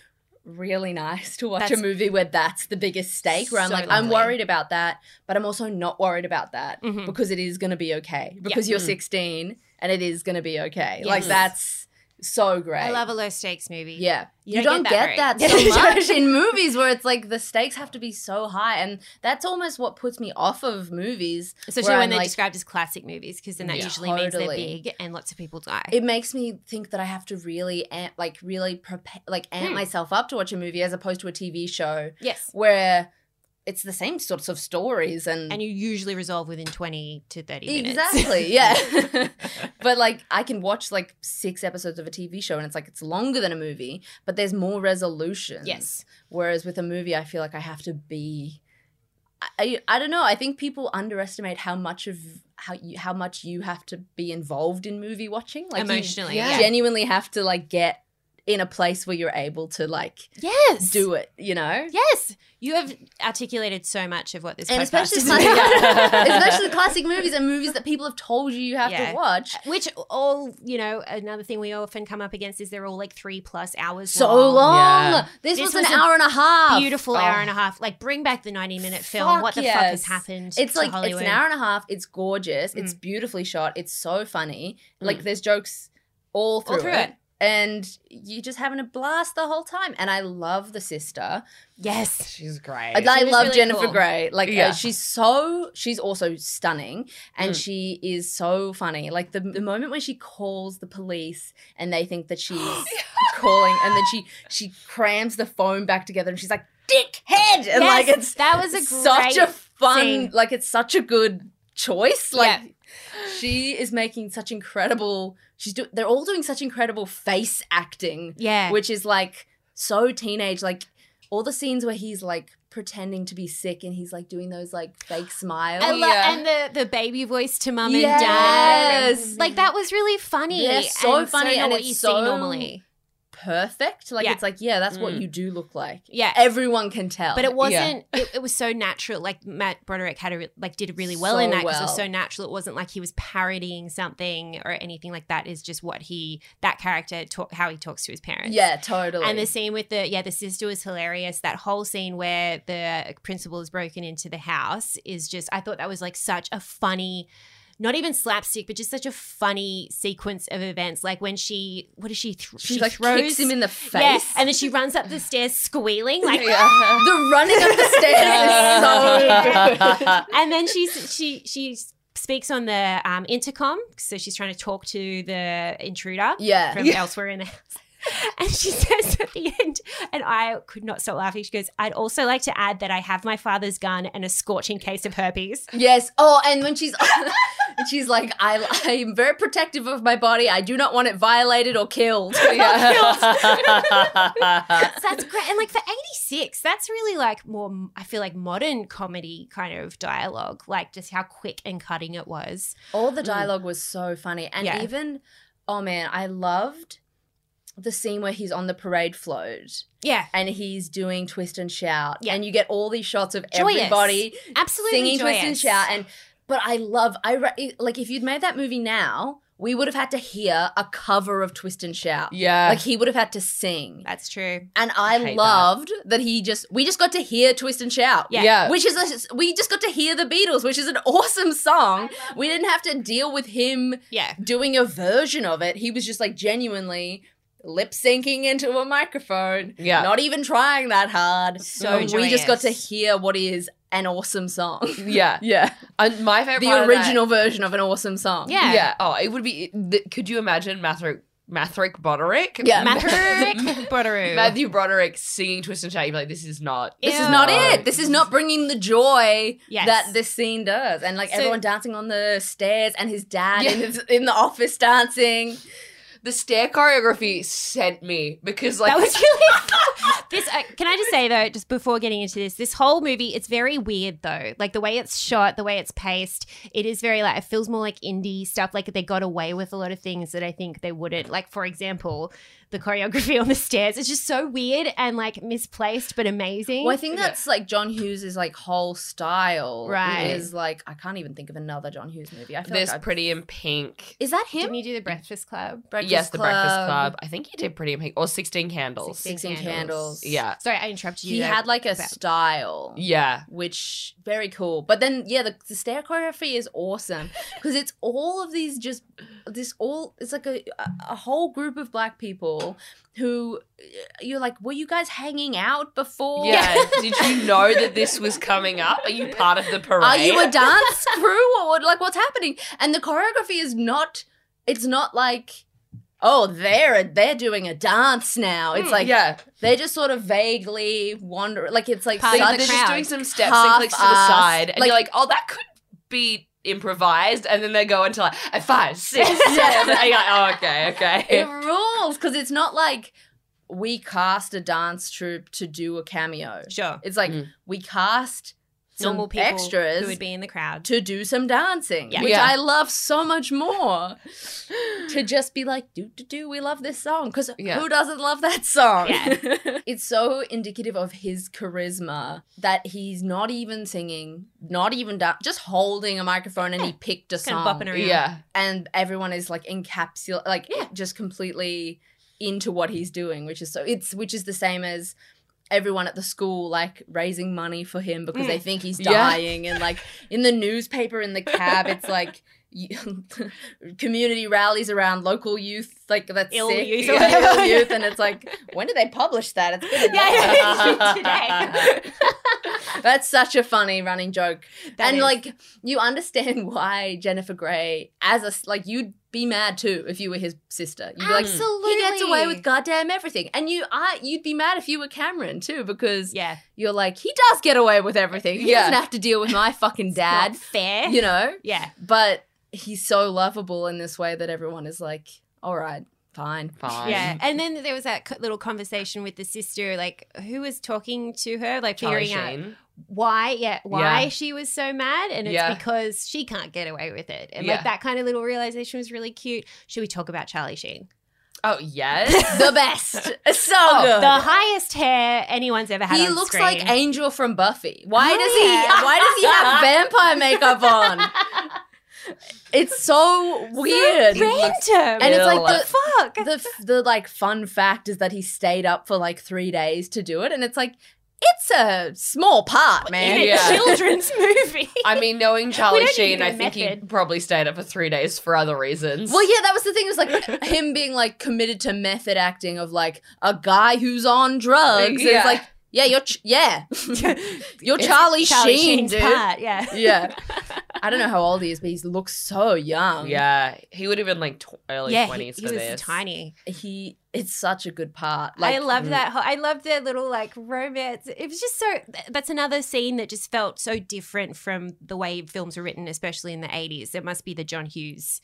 [SPEAKER 3] really nice to watch
[SPEAKER 1] That's-
[SPEAKER 3] a movie where that's the biggest stake where i'm
[SPEAKER 1] So
[SPEAKER 3] like i'm
[SPEAKER 1] lovely.
[SPEAKER 3] worried about that but i'm also not worried about that
[SPEAKER 1] Mhm.
[SPEAKER 3] because it is gonna be okay because you're
[SPEAKER 2] Mm.
[SPEAKER 3] 16 and it is gonna be okay like
[SPEAKER 1] Yes.
[SPEAKER 3] that's so great
[SPEAKER 1] I love a low stakes movie.
[SPEAKER 3] yeah.
[SPEAKER 1] You
[SPEAKER 3] You,
[SPEAKER 1] don't
[SPEAKER 3] don't,
[SPEAKER 1] get
[SPEAKER 3] get
[SPEAKER 1] that
[SPEAKER 3] that,
[SPEAKER 1] very-
[SPEAKER 3] so much in movies where it's like the stakes have to be so high. And that's almost what puts me off of movies.
[SPEAKER 1] Especially
[SPEAKER 3] where
[SPEAKER 1] when
[SPEAKER 3] I'm
[SPEAKER 1] they're
[SPEAKER 3] like-
[SPEAKER 1] described as classic movies, because then that
[SPEAKER 2] Yeah.
[SPEAKER 1] usually means they're
[SPEAKER 3] Totally.
[SPEAKER 1] big and lots of people die.
[SPEAKER 3] It makes me think that I have to really amp, like really prepare like amp
[SPEAKER 1] Hmm.
[SPEAKER 3] myself up to watch a movie as opposed to a TV show
[SPEAKER 1] yes.
[SPEAKER 3] where it's the same sorts of stories and,
[SPEAKER 1] And you usually resolve within 20 to 30 minutes.
[SPEAKER 3] Mm. Exactly, yeah. but like I can watch like six episodes of a TV show and it's like it's longer than a movie, but there's more resolution.
[SPEAKER 1] yes.
[SPEAKER 3] Whereas with a movie, I feel like I have to be. I, I, I don't know. I think people underestimate how much of how you how much you have to be involved in movie watching. Like you
[SPEAKER 1] Emotionally.
[SPEAKER 2] yeah.
[SPEAKER 1] Yeah.
[SPEAKER 3] genuinely have to like get in a place where you're able to like
[SPEAKER 1] Yes.
[SPEAKER 3] do it, you know?
[SPEAKER 1] Yes. You have articulated so much of what this
[SPEAKER 3] And
[SPEAKER 1] podcast
[SPEAKER 3] especially
[SPEAKER 1] is
[SPEAKER 3] classic,
[SPEAKER 1] about.
[SPEAKER 3] especially classic movies and movies that people have told you you have
[SPEAKER 1] Yeah.
[SPEAKER 3] to watch.
[SPEAKER 1] Which all, you know, another thing we often come up against is they're all like three plus hours
[SPEAKER 3] So
[SPEAKER 1] long.
[SPEAKER 3] long.
[SPEAKER 2] Yeah.
[SPEAKER 3] This,
[SPEAKER 1] This
[SPEAKER 3] was, an
[SPEAKER 1] was a
[SPEAKER 3] hour and a half.
[SPEAKER 1] Beautiful hour and a half. Like bring back the ninety minute film.
[SPEAKER 3] Fuck
[SPEAKER 1] what the fuck
[SPEAKER 3] yes.
[SPEAKER 1] has happened?
[SPEAKER 3] It's
[SPEAKER 1] to
[SPEAKER 3] like
[SPEAKER 1] Hollywood?
[SPEAKER 3] it's an hour and a half. It's gorgeous. It's beautifully shot. It's so funny. Like there's jokes all through,
[SPEAKER 1] through
[SPEAKER 3] it.
[SPEAKER 1] it.
[SPEAKER 3] And you're just having a blast the whole time. And I love the sister.
[SPEAKER 1] Yes.
[SPEAKER 2] She's great.
[SPEAKER 3] I, I
[SPEAKER 1] was
[SPEAKER 3] love
[SPEAKER 1] really
[SPEAKER 3] Jennifer
[SPEAKER 1] cool.
[SPEAKER 3] Grey. Like uh,
[SPEAKER 2] Yeah.
[SPEAKER 3] she's so she's also stunning and
[SPEAKER 2] Mm.
[SPEAKER 3] she is so funny. Like the, the moment when she calls the police and they think that she's calling and then she she crams the phone back together and she's like dickhead and
[SPEAKER 1] Yes,
[SPEAKER 3] like it's
[SPEAKER 1] that was a great
[SPEAKER 3] such a fun
[SPEAKER 1] scene.
[SPEAKER 3] like it's such a good choice like
[SPEAKER 1] Yeah.
[SPEAKER 3] she is making such incredible she's do, they're all doing such incredible face acting
[SPEAKER 1] Yeah.
[SPEAKER 3] which is like so teenage like all the scenes where he's like pretending to be sick and he's like doing those like fake smiles
[SPEAKER 1] I love
[SPEAKER 2] Yeah.
[SPEAKER 1] and the the baby voice to mum and
[SPEAKER 3] Yes.
[SPEAKER 1] dad. Like that was really funny.
[SPEAKER 3] They're so
[SPEAKER 1] and
[SPEAKER 3] funny
[SPEAKER 1] not
[SPEAKER 3] and
[SPEAKER 1] what
[SPEAKER 3] it's
[SPEAKER 1] you
[SPEAKER 3] so-
[SPEAKER 1] see normally.
[SPEAKER 3] perfect like
[SPEAKER 1] Yeah.
[SPEAKER 3] it's like yeah that's what
[SPEAKER 2] Mm.
[SPEAKER 3] you do look like
[SPEAKER 1] Yeah.
[SPEAKER 3] everyone can tell
[SPEAKER 1] but it
[SPEAKER 3] was
[SPEAKER 1] wasn't. It, it was so natural. Like Matt Broderick had a, re- like did really well in
[SPEAKER 3] So
[SPEAKER 1] that because it was
[SPEAKER 3] well.
[SPEAKER 1] so natural. It wasn't like he was parodying something or anything like that. Is just what he that character talk, how he talks to his parents.
[SPEAKER 3] yeah totally
[SPEAKER 1] And the scene with the yeah, the sister was hilarious. That whole scene where the principal is broken into the house is just I thought that was like such a funny not even slapstick, but just such a funny sequence of events. Like when she, what does she? Th-
[SPEAKER 3] she, like kicks him in the face
[SPEAKER 1] Yeah, and then she runs up the stairs squealing, like,
[SPEAKER 3] the running up the stairs is so good.
[SPEAKER 1] and then she's she she speaks on the um, intercom, so she's trying to talk to the intruder.
[SPEAKER 3] Yeah.
[SPEAKER 1] from elsewhere in the house. And she says at the end, and I could not stop laughing. She goes, I'd also like to add that I have my father's gun and a scorching case of herpes.
[SPEAKER 3] Yes. Oh, and when she's and she's like, I I am very protective of my body. I do not want it violated or killed. Uh.
[SPEAKER 1] So that's great. And like for 86, that's really like more, I feel like modern comedy kind of dialogue, like just how quick and cutting it was.
[SPEAKER 3] All the dialogue was so funny, and
[SPEAKER 1] Mm. Yeah.
[SPEAKER 3] even oh man, I loved the scene where he's on the parade float
[SPEAKER 1] Yeah.
[SPEAKER 3] and he's doing twist and shout,
[SPEAKER 1] Yeah.
[SPEAKER 3] and you get all these shots of
[SPEAKER 1] Joyous.
[SPEAKER 3] everybody
[SPEAKER 1] Absolutely.
[SPEAKER 3] singing twist and
[SPEAKER 1] joyous.
[SPEAKER 3] shout and but i love i re- like if you'd made that movie now we would have had to hear a cover of twist and shout
[SPEAKER 2] Yeah.
[SPEAKER 3] like he would have had to sing
[SPEAKER 1] That's true.
[SPEAKER 3] and i
[SPEAKER 2] Uh, hate that.
[SPEAKER 3] loved that. he just we just got to hear twist and shout
[SPEAKER 1] Yeah.
[SPEAKER 2] Yeah.
[SPEAKER 3] which is a, we just got to hear the beatles which is an awesome song we didn't have to deal with him
[SPEAKER 1] Yeah.
[SPEAKER 3] doing a version of it he was just like genuinely lip syncing into a microphone
[SPEAKER 2] Yeah.
[SPEAKER 3] not even trying that hard
[SPEAKER 1] So
[SPEAKER 3] And we just got to
[SPEAKER 1] joyous.
[SPEAKER 3] hear what is an awesome song
[SPEAKER 2] yeah.
[SPEAKER 3] yeah.
[SPEAKER 2] And my favorite part
[SPEAKER 3] The
[SPEAKER 2] of that-
[SPEAKER 3] original version of an awesome song.
[SPEAKER 1] Yeah.
[SPEAKER 2] yeah. Oh, it would be. th- could you imagine Mathrick Mathrick Broderick?
[SPEAKER 3] Yeah.
[SPEAKER 1] Matherick Broderick.
[SPEAKER 2] Matthew Broderick singing Twist and Shout. You'd be like, this is not.
[SPEAKER 3] This is
[SPEAKER 1] Ew.
[SPEAKER 3] not it. This is not bringing the joy
[SPEAKER 1] Yes.
[SPEAKER 3] that this scene does. And like
[SPEAKER 1] So-
[SPEAKER 3] everyone dancing on the stairs and his dad
[SPEAKER 2] Yeah.
[SPEAKER 3] in, his, in the office dancing.
[SPEAKER 2] The stair choreography sent me because like
[SPEAKER 1] that was really this uh, can i just say though just before getting into this this whole movie it's very weird though like the way it's shot the way it's paced it is very like it feels more like indie stuff like they got away with a lot of things that i think they wouldn't like for example the choreography on the stairs it's just so weird and like misplaced but amazing
[SPEAKER 3] Well, I think that's like John Hughes's like whole style.
[SPEAKER 1] Right.
[SPEAKER 3] Is like I can't even think of another John Hughes movie. I feel
[SPEAKER 2] this
[SPEAKER 3] like I've-
[SPEAKER 2] Pretty in Pink.
[SPEAKER 3] Is that him?
[SPEAKER 1] didn't you do the breakfast club
[SPEAKER 3] Breakfast
[SPEAKER 2] yes, The Breakfast Club. I think he did Pretty in Pink or Sixteen Candles.
[SPEAKER 1] 16
[SPEAKER 3] Sixteen
[SPEAKER 1] Candles.
[SPEAKER 3] Candles.
[SPEAKER 2] Yeah.
[SPEAKER 1] sorry i interrupted you
[SPEAKER 3] He
[SPEAKER 1] there.
[SPEAKER 3] had like a
[SPEAKER 1] Bad.
[SPEAKER 3] style.
[SPEAKER 2] Yeah.
[SPEAKER 3] which very cool. But then yeah, the, the stair choreography is awesome because it's all of these just this all it's like a a whole group of black people who uh, you're like, were you guys hanging out before?
[SPEAKER 2] Yeah. Did you know that this was coming up? Are you part of the parade?
[SPEAKER 3] Are you a dance crew or what, like what's happening? And the choreography is not. It's not like. Oh, they're they're doing a dance now.
[SPEAKER 1] Hmm,
[SPEAKER 3] It's like
[SPEAKER 2] Hmm. yeah.
[SPEAKER 3] they're just sort of vaguely wandering. Like it's like
[SPEAKER 1] Part of
[SPEAKER 2] Like,
[SPEAKER 1] the
[SPEAKER 2] they're
[SPEAKER 3] such-
[SPEAKER 2] just doing some steps and clicks to the
[SPEAKER 3] half-assed,
[SPEAKER 2] side, and
[SPEAKER 3] like-
[SPEAKER 2] you're like, oh, that could be improvised, and then they go into like a five, six, seven, and you're like, oh, okay, okay.
[SPEAKER 3] it rules because it's not like we cast a dance troupe to do a cameo.
[SPEAKER 1] sure
[SPEAKER 3] It's like
[SPEAKER 2] Mm.
[SPEAKER 3] we cast
[SPEAKER 1] normal
[SPEAKER 3] Some
[SPEAKER 1] people
[SPEAKER 3] extras.
[SPEAKER 1] who would be in the crowd.
[SPEAKER 3] to do some dancing,
[SPEAKER 1] Yeah.
[SPEAKER 3] which
[SPEAKER 2] Yeah.
[SPEAKER 3] I love so much more. to just be like, do do do, we love this song because
[SPEAKER 2] Yeah.
[SPEAKER 3] who doesn't love that song?
[SPEAKER 1] Yeah.
[SPEAKER 3] it's so indicative of his charisma that he's not even singing, not even da- just holding a microphone, and he picked a
[SPEAKER 1] Kind
[SPEAKER 3] song,
[SPEAKER 1] of bopping around.
[SPEAKER 2] Yeah.
[SPEAKER 3] and everyone is like encapsulated, like just completely into what he's doing, which is so it's which is the same as everyone at the school like raising money for him because
[SPEAKER 1] Mm.
[SPEAKER 3] they think he's
[SPEAKER 2] Yeah.
[SPEAKER 3] dying and like in the newspaper in the cab it's like y- community rallies around local youth like that's
[SPEAKER 1] Ill
[SPEAKER 3] sick
[SPEAKER 1] youth or
[SPEAKER 3] Yeah,
[SPEAKER 1] whatever.
[SPEAKER 3] ill youth and it's like when did they publish that it's been a
[SPEAKER 1] Yeah,
[SPEAKER 3] while.
[SPEAKER 1] yeah,
[SPEAKER 3] that's such a funny running joke
[SPEAKER 1] That
[SPEAKER 3] and
[SPEAKER 1] is-
[SPEAKER 3] like you understand why Jennifer Grey as a s- like you'd be mad too if you were his sister. You'd be like,
[SPEAKER 1] Absolutely.
[SPEAKER 3] he gets away with goddamn everything, and you are you'd be mad if you were Cameron too because
[SPEAKER 1] yeah,
[SPEAKER 3] you're like he does get away with everything. He
[SPEAKER 2] Yeah.
[SPEAKER 3] doesn't have to deal with my fucking
[SPEAKER 1] Not
[SPEAKER 3] dad,
[SPEAKER 1] fair.
[SPEAKER 3] you know.
[SPEAKER 1] yeah,
[SPEAKER 3] But he's so lovable in this way that everyone is like, all right, fine.
[SPEAKER 2] Fine.
[SPEAKER 1] yeah. And then there was that co- little conversation with the sister, like who was talking to her, like
[SPEAKER 2] Charlie
[SPEAKER 1] figuring out
[SPEAKER 2] Sheen.
[SPEAKER 1] why, yeah, why
[SPEAKER 2] Yeah.
[SPEAKER 1] she was so mad, and it's
[SPEAKER 2] Yeah.
[SPEAKER 1] because she can't get away with it. And
[SPEAKER 2] Yeah.
[SPEAKER 1] like that kind of little realization was really cute. Should we talk about Charlie Sheen?
[SPEAKER 2] Oh yes.
[SPEAKER 3] The best,
[SPEAKER 1] Oh,
[SPEAKER 3] so Oh, good.
[SPEAKER 1] The highest hair anyone's ever had.
[SPEAKER 3] he
[SPEAKER 1] on
[SPEAKER 3] looks
[SPEAKER 1] screen.
[SPEAKER 3] like Angel from Buffy. Why
[SPEAKER 1] Oh,
[SPEAKER 3] does he?
[SPEAKER 1] yeah.
[SPEAKER 3] Why does he have vampire makeup on? It's so weird.
[SPEAKER 1] So random.
[SPEAKER 3] and it's like
[SPEAKER 2] Ill.
[SPEAKER 3] the
[SPEAKER 1] fuck.
[SPEAKER 3] the f- the like fun fact is that he stayed up for like three days to do it, and it's like it's a small part, man.
[SPEAKER 1] in
[SPEAKER 2] Yeah.
[SPEAKER 1] a children's movie.
[SPEAKER 2] I mean, knowing Charlie
[SPEAKER 1] don't need
[SPEAKER 2] Sheen,
[SPEAKER 1] no
[SPEAKER 2] I think he
[SPEAKER 1] method.
[SPEAKER 2] probably stayed up for three days for other reasons.
[SPEAKER 3] Well, yeah, that was the thing. It was like him being like committed to method acting of like a guy who's on drugs. And
[SPEAKER 2] Yeah.
[SPEAKER 3] it's like, yeah, you're ch- yeah, you're Charlie,
[SPEAKER 1] Charlie
[SPEAKER 3] Sheen,
[SPEAKER 1] Sheen's
[SPEAKER 3] dude.
[SPEAKER 1] part, yeah.
[SPEAKER 3] Yeah, I don't know how old he is, but he looks so young.
[SPEAKER 2] Yeah, he would have been like tw- early
[SPEAKER 1] yeah, he,
[SPEAKER 2] twenties
[SPEAKER 1] he
[SPEAKER 2] for
[SPEAKER 1] was
[SPEAKER 2] this.
[SPEAKER 1] tiny.
[SPEAKER 3] he it's such a good part. Like,
[SPEAKER 1] I loved
[SPEAKER 2] mm.
[SPEAKER 1] that. Whole, I loved their little like romance. It was just so. That's another scene that just felt so different from the way films were written, especially in the eighties. It must be the John Hughes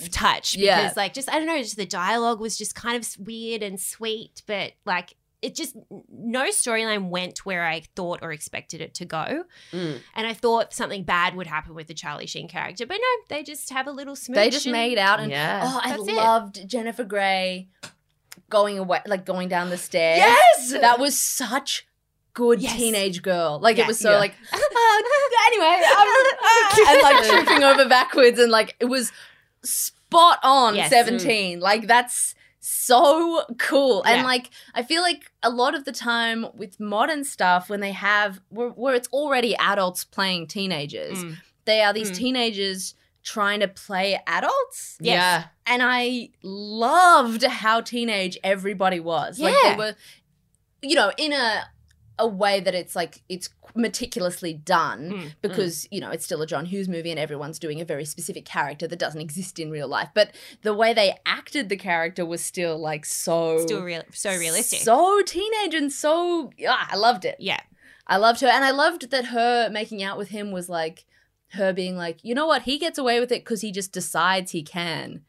[SPEAKER 1] f- touch because,
[SPEAKER 3] Yeah.
[SPEAKER 1] like, just I don't know, just the dialogue was just kind of s- weird and sweet, but like. It just no storyline went where I thought or expected it to go,
[SPEAKER 2] Mm.
[SPEAKER 1] and I thought something bad would happen with the Charlie Sheen character, but no, they just have a little smooch.
[SPEAKER 3] They just
[SPEAKER 1] and-
[SPEAKER 3] made out and
[SPEAKER 2] Yeah.
[SPEAKER 3] oh, I
[SPEAKER 1] That's it.
[SPEAKER 3] loved Jennifer Grey going away, like going down the stairs.
[SPEAKER 2] Yes!
[SPEAKER 3] that was such good
[SPEAKER 1] Yes.
[SPEAKER 3] teenage girl. Like
[SPEAKER 1] Yeah.
[SPEAKER 3] it was so
[SPEAKER 2] Yeah.
[SPEAKER 3] like "Oh, anyway, I'm- and like tripping over backwards and like it was spot on
[SPEAKER 1] Yes. Mm.
[SPEAKER 3] seventeen. Like that's so cool and
[SPEAKER 1] Yeah.
[SPEAKER 3] like i feel like a lot of the time with modern stuff when they have where, where it's already adults playing teenagers
[SPEAKER 1] Mm.
[SPEAKER 3] they are these
[SPEAKER 2] Mm.
[SPEAKER 3] teenagers trying to play adults
[SPEAKER 2] Yeah.
[SPEAKER 3] and I loved how teenage everybody was. Like they
[SPEAKER 1] Yeah.
[SPEAKER 3] were, you know, in a a way that it's like it's meticulously done
[SPEAKER 1] Mm,
[SPEAKER 3] because you know it's still a John Hughes movie and everyone's doing a very specific character that doesn't exist in real life. But the way they acted the character was still like so
[SPEAKER 1] still real, so realistic.
[SPEAKER 3] so teenage and so yeah, I loved it.
[SPEAKER 1] yeah,
[SPEAKER 3] I loved her, and I loved that her making out with him was like her being like, you know what, he gets away with it because he just decides he can.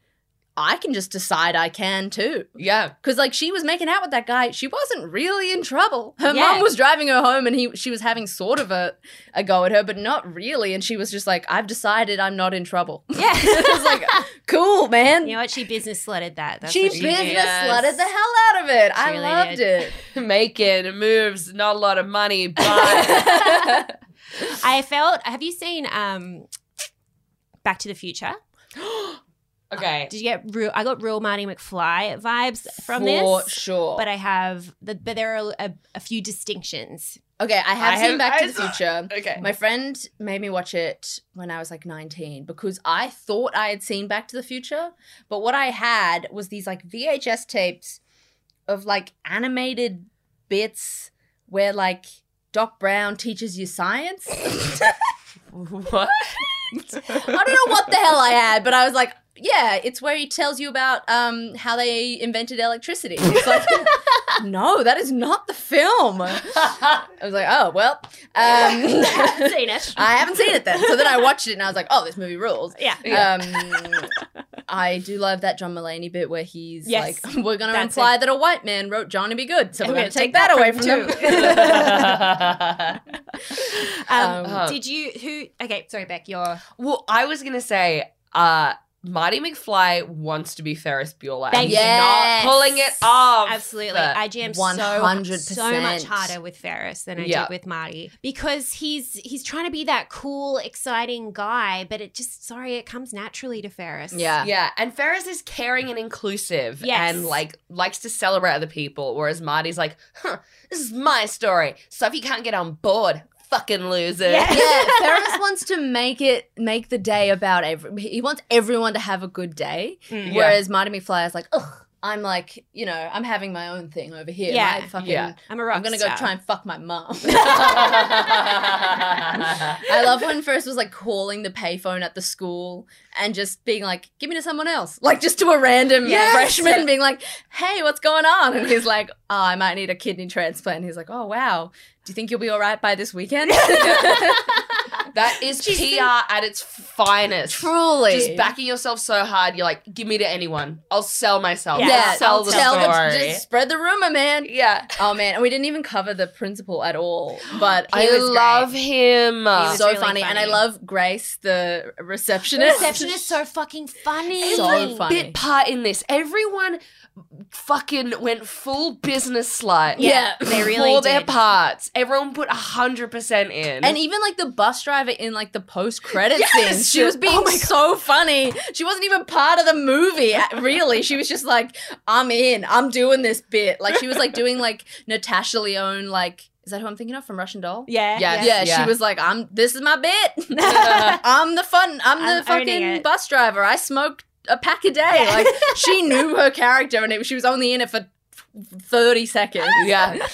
[SPEAKER 3] I can just decide I can too.
[SPEAKER 2] Yeah.
[SPEAKER 3] Because like she was making out with that guy, she wasn't really in trouble. Her
[SPEAKER 1] Yeah.
[SPEAKER 3] mom was driving her home, and he she was having sort of a a go at her, but not really. And she was just like, I've decided I'm not in trouble.
[SPEAKER 1] yeah.
[SPEAKER 3] I was like, cool, man.
[SPEAKER 1] You know what? She business slutted that. That's
[SPEAKER 3] she
[SPEAKER 1] what
[SPEAKER 3] business
[SPEAKER 1] did.
[SPEAKER 2] Yes.
[SPEAKER 3] slutted the hell out of it. I
[SPEAKER 1] really
[SPEAKER 3] loved
[SPEAKER 1] did.
[SPEAKER 3] it.
[SPEAKER 2] Making moves, not a lot of money, but
[SPEAKER 1] I felt. Have you seen um, Back to the Future?
[SPEAKER 2] okay.
[SPEAKER 1] Did you get real? I got real Marty McFly vibes from
[SPEAKER 3] For
[SPEAKER 1] this.
[SPEAKER 3] sure.
[SPEAKER 1] But I have, the, but there are a, a few distinctions.
[SPEAKER 3] Okay, I have
[SPEAKER 2] I
[SPEAKER 3] seen
[SPEAKER 2] have-
[SPEAKER 3] Back
[SPEAKER 2] I
[SPEAKER 3] to the
[SPEAKER 2] saw-
[SPEAKER 3] Future.
[SPEAKER 2] Okay.
[SPEAKER 3] My friend made me watch it when I was like 19 because I thought I had seen Back to the Future, but what I had was these like VHS tapes of like animated bits where like Doc Brown teaches you science.
[SPEAKER 2] what?
[SPEAKER 3] I don't know what the hell I had, but I was like, yeah, it's where he tells you about um, how they invented electricity. It's like, no, that is not the film. I was like, oh, well. Um,
[SPEAKER 1] seen it.
[SPEAKER 3] I haven't seen it then. So then I watched it and I was like, oh, this movie rules.
[SPEAKER 1] Yeah.
[SPEAKER 3] Um, I do love that John Mulaney bit where he's
[SPEAKER 1] Yes.
[SPEAKER 3] like, we're going to
[SPEAKER 1] That's
[SPEAKER 3] imply that a white man wrote Johnny Be Good. So
[SPEAKER 1] And
[SPEAKER 3] we're going to take that, away from
[SPEAKER 1] him
[SPEAKER 3] him.
[SPEAKER 1] Um,
[SPEAKER 3] Uh,
[SPEAKER 2] Um,
[SPEAKER 1] did you who? Okay, sorry, Beck. Your
[SPEAKER 2] Well, I was gonna say, uh, Marty McFly wants to be Ferris Bueller.
[SPEAKER 1] Thank
[SPEAKER 2] He's
[SPEAKER 1] you.
[SPEAKER 3] Yes.
[SPEAKER 2] not pulling it off.
[SPEAKER 1] absolutely.
[SPEAKER 2] But-
[SPEAKER 1] IGM so
[SPEAKER 3] 100%.
[SPEAKER 1] so much harder with Ferris than I
[SPEAKER 2] Yeah.
[SPEAKER 1] did with Marty because he's he's trying to be that cool, exciting guy, but it just sorry, it comes naturally to Ferris.
[SPEAKER 3] Yeah.
[SPEAKER 2] yeah, and Ferris is caring and inclusive,
[SPEAKER 1] Yes.
[SPEAKER 2] and like likes to celebrate other people, whereas Marty's like, huh, "This is my story, so if you can't get on board, fucking loser."
[SPEAKER 1] Yeah.
[SPEAKER 3] yeah, Ferris wants to make it make the day about every. He wants everyone to have a good day,
[SPEAKER 1] Mm.
[SPEAKER 2] Yeah.
[SPEAKER 3] whereas Marty McFly is like, ugh, I'm like, you know, I'm having my own thing over here.
[SPEAKER 1] Yeah.
[SPEAKER 3] My fucking,
[SPEAKER 2] Yeah.
[SPEAKER 1] I'm a rock
[SPEAKER 3] I'm gonna go
[SPEAKER 1] star.
[SPEAKER 3] try and fuck my mom. I love when Ferris was like calling the payphone at the school and just being like, "Give me to someone else," like just to a random
[SPEAKER 2] Yes.
[SPEAKER 3] freshman, being like, "Hey, what's going on?" And he's like, "Oh, I might need a kidney transplant." And he's like, "Oh wow, do you think you'll be all right by this weekend?"
[SPEAKER 2] that is PR at its finest.
[SPEAKER 3] Truly,
[SPEAKER 2] Just backing yourself so hard, you're like, "Give me to anyone, I'll sell myself,
[SPEAKER 1] Yeah.
[SPEAKER 2] I'll
[SPEAKER 1] Yeah.
[SPEAKER 2] sell the
[SPEAKER 1] Tell
[SPEAKER 3] them-
[SPEAKER 2] story."
[SPEAKER 3] just spread the rumor, man.
[SPEAKER 2] yeah,
[SPEAKER 3] Oh man, and we didn't even cover the principal at all. But
[SPEAKER 2] I
[SPEAKER 3] he was
[SPEAKER 2] love him.
[SPEAKER 3] great.
[SPEAKER 1] was
[SPEAKER 3] so
[SPEAKER 1] really
[SPEAKER 3] funny. and I
[SPEAKER 1] funny.
[SPEAKER 3] love Grace, the receptionist.
[SPEAKER 1] Receptionist so fucking funny.
[SPEAKER 3] So funny.
[SPEAKER 2] bit part in this. Everyone fucking went full business slut.
[SPEAKER 3] Yeah,
[SPEAKER 1] they really
[SPEAKER 2] for their
[SPEAKER 1] did.
[SPEAKER 2] parts. Everyone put hundred percent in.
[SPEAKER 3] And even like the bus driver in like the post credits
[SPEAKER 2] Yes!
[SPEAKER 3] scene, she was being
[SPEAKER 2] Oh my
[SPEAKER 3] so funny. She wasn't even part of the movie, really. She was just like, I'm in, I'm doing this bit. Like she was like doing like Natasha Leone, like, is that who I'm thinking of from Russian Doll?
[SPEAKER 1] Yeah.
[SPEAKER 2] Yes.
[SPEAKER 3] yeah,
[SPEAKER 2] Yeah.
[SPEAKER 3] she was like, "I'm. This is my bit. I'm the fun. I'm
[SPEAKER 1] I'm
[SPEAKER 3] the
[SPEAKER 1] owning
[SPEAKER 3] fucking
[SPEAKER 1] it."
[SPEAKER 3] bus driver. I smoke a pack a day." Like she knew her character, and it, she was only in it for thirty seconds.
[SPEAKER 2] yeah,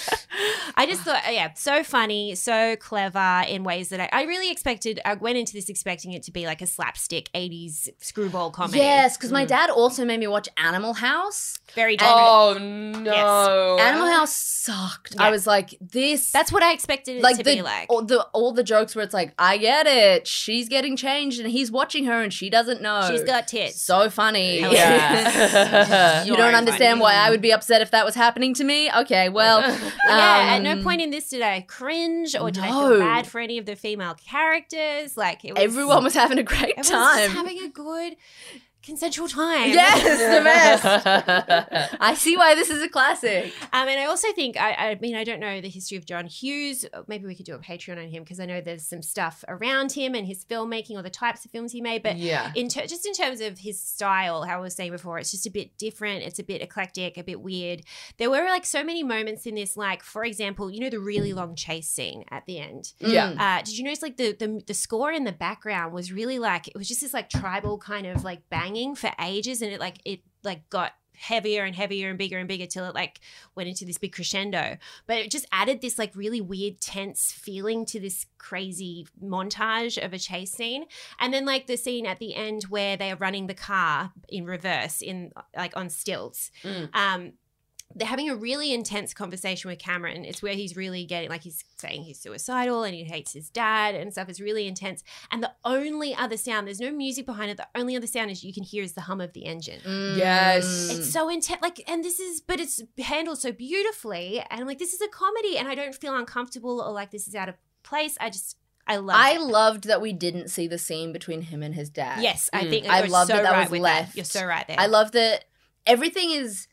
[SPEAKER 1] I just thought, yeah, so funny, so clever in ways that I, I really expected. I went into this expecting it to be like a slapstick 80s screwball comedy.
[SPEAKER 3] Yes, because my dad also made me watch Animal House.
[SPEAKER 1] Very different.
[SPEAKER 2] oh no,
[SPEAKER 3] Animal House sucked.
[SPEAKER 1] Yeah.
[SPEAKER 3] I was like, this.
[SPEAKER 1] That's what I expected it
[SPEAKER 3] like
[SPEAKER 1] to
[SPEAKER 3] the,
[SPEAKER 1] be like.
[SPEAKER 3] all the all the jokes where it's like, I get it. She's getting changed, and he's watching her, and she doesn't know.
[SPEAKER 1] She's got tits.
[SPEAKER 3] so funny.
[SPEAKER 1] Hello.
[SPEAKER 2] Yeah.
[SPEAKER 3] you don't
[SPEAKER 1] So
[SPEAKER 3] understand
[SPEAKER 1] funny.
[SPEAKER 3] why I would be upset if that was happening to me. Okay, well,
[SPEAKER 1] yeah, at no
[SPEAKER 3] um,
[SPEAKER 1] point in this did I cringe or did I
[SPEAKER 3] No.
[SPEAKER 1] feel bad for any of the female characters. Like it was,
[SPEAKER 3] Everyone was having a great
[SPEAKER 1] everyone was
[SPEAKER 3] time.
[SPEAKER 1] just having a good consensual time.
[SPEAKER 3] yes, the best.
[SPEAKER 2] best.
[SPEAKER 3] I see why this is a classic.
[SPEAKER 1] Um, and I also think I, I mean I don't know the history of John Hughes. Maybe we could do a Patreon on him because I know there's some stuff around him and his filmmaking or the types of films he made. But
[SPEAKER 2] yeah,
[SPEAKER 1] in ter- just in terms of his style, how I was saying before, it's just a bit different. It's a bit eclectic, a bit weird. There were like so many moments in this, like for example, you know the really long chase scene at the end.
[SPEAKER 3] Mm.
[SPEAKER 2] yeah.
[SPEAKER 1] Uh, did you notice like the, the the score in the background was really like it was just this like tribal kind of like banging for ages, and it like it like got heavier and heavier and bigger and bigger till it like went into this big crescendo. But it just added this like really weird tense feeling to this crazy montage of a chase scene, and then like the scene at the end where they are running the car in reverse in like on stilts.
[SPEAKER 2] Mm.
[SPEAKER 1] Um, they're having a really intense conversation with Cameron. It's where he's really getting, like, he's saying he's suicidal and he hates his dad and stuff. It's really intense. And the only other sound, there's no music behind it. The only other sound is you can hear is the hum of the engine.
[SPEAKER 2] Yes.
[SPEAKER 1] Mm.
[SPEAKER 3] Mm.
[SPEAKER 1] It's so intense, like, and this is, but it's handled so beautifully. And I'm like, this is a comedy, and I don't feel uncomfortable or like this is out of place. I just, I love.
[SPEAKER 3] I
[SPEAKER 1] it.
[SPEAKER 3] loved that we didn't see the scene between him and his dad.
[SPEAKER 1] Yes, I
[SPEAKER 2] Mm.
[SPEAKER 1] think
[SPEAKER 3] I
[SPEAKER 1] you're
[SPEAKER 3] love
[SPEAKER 1] so
[SPEAKER 3] that that
[SPEAKER 1] right
[SPEAKER 3] was
[SPEAKER 1] with
[SPEAKER 3] left.
[SPEAKER 1] That. You're so right there.
[SPEAKER 3] I love that everything is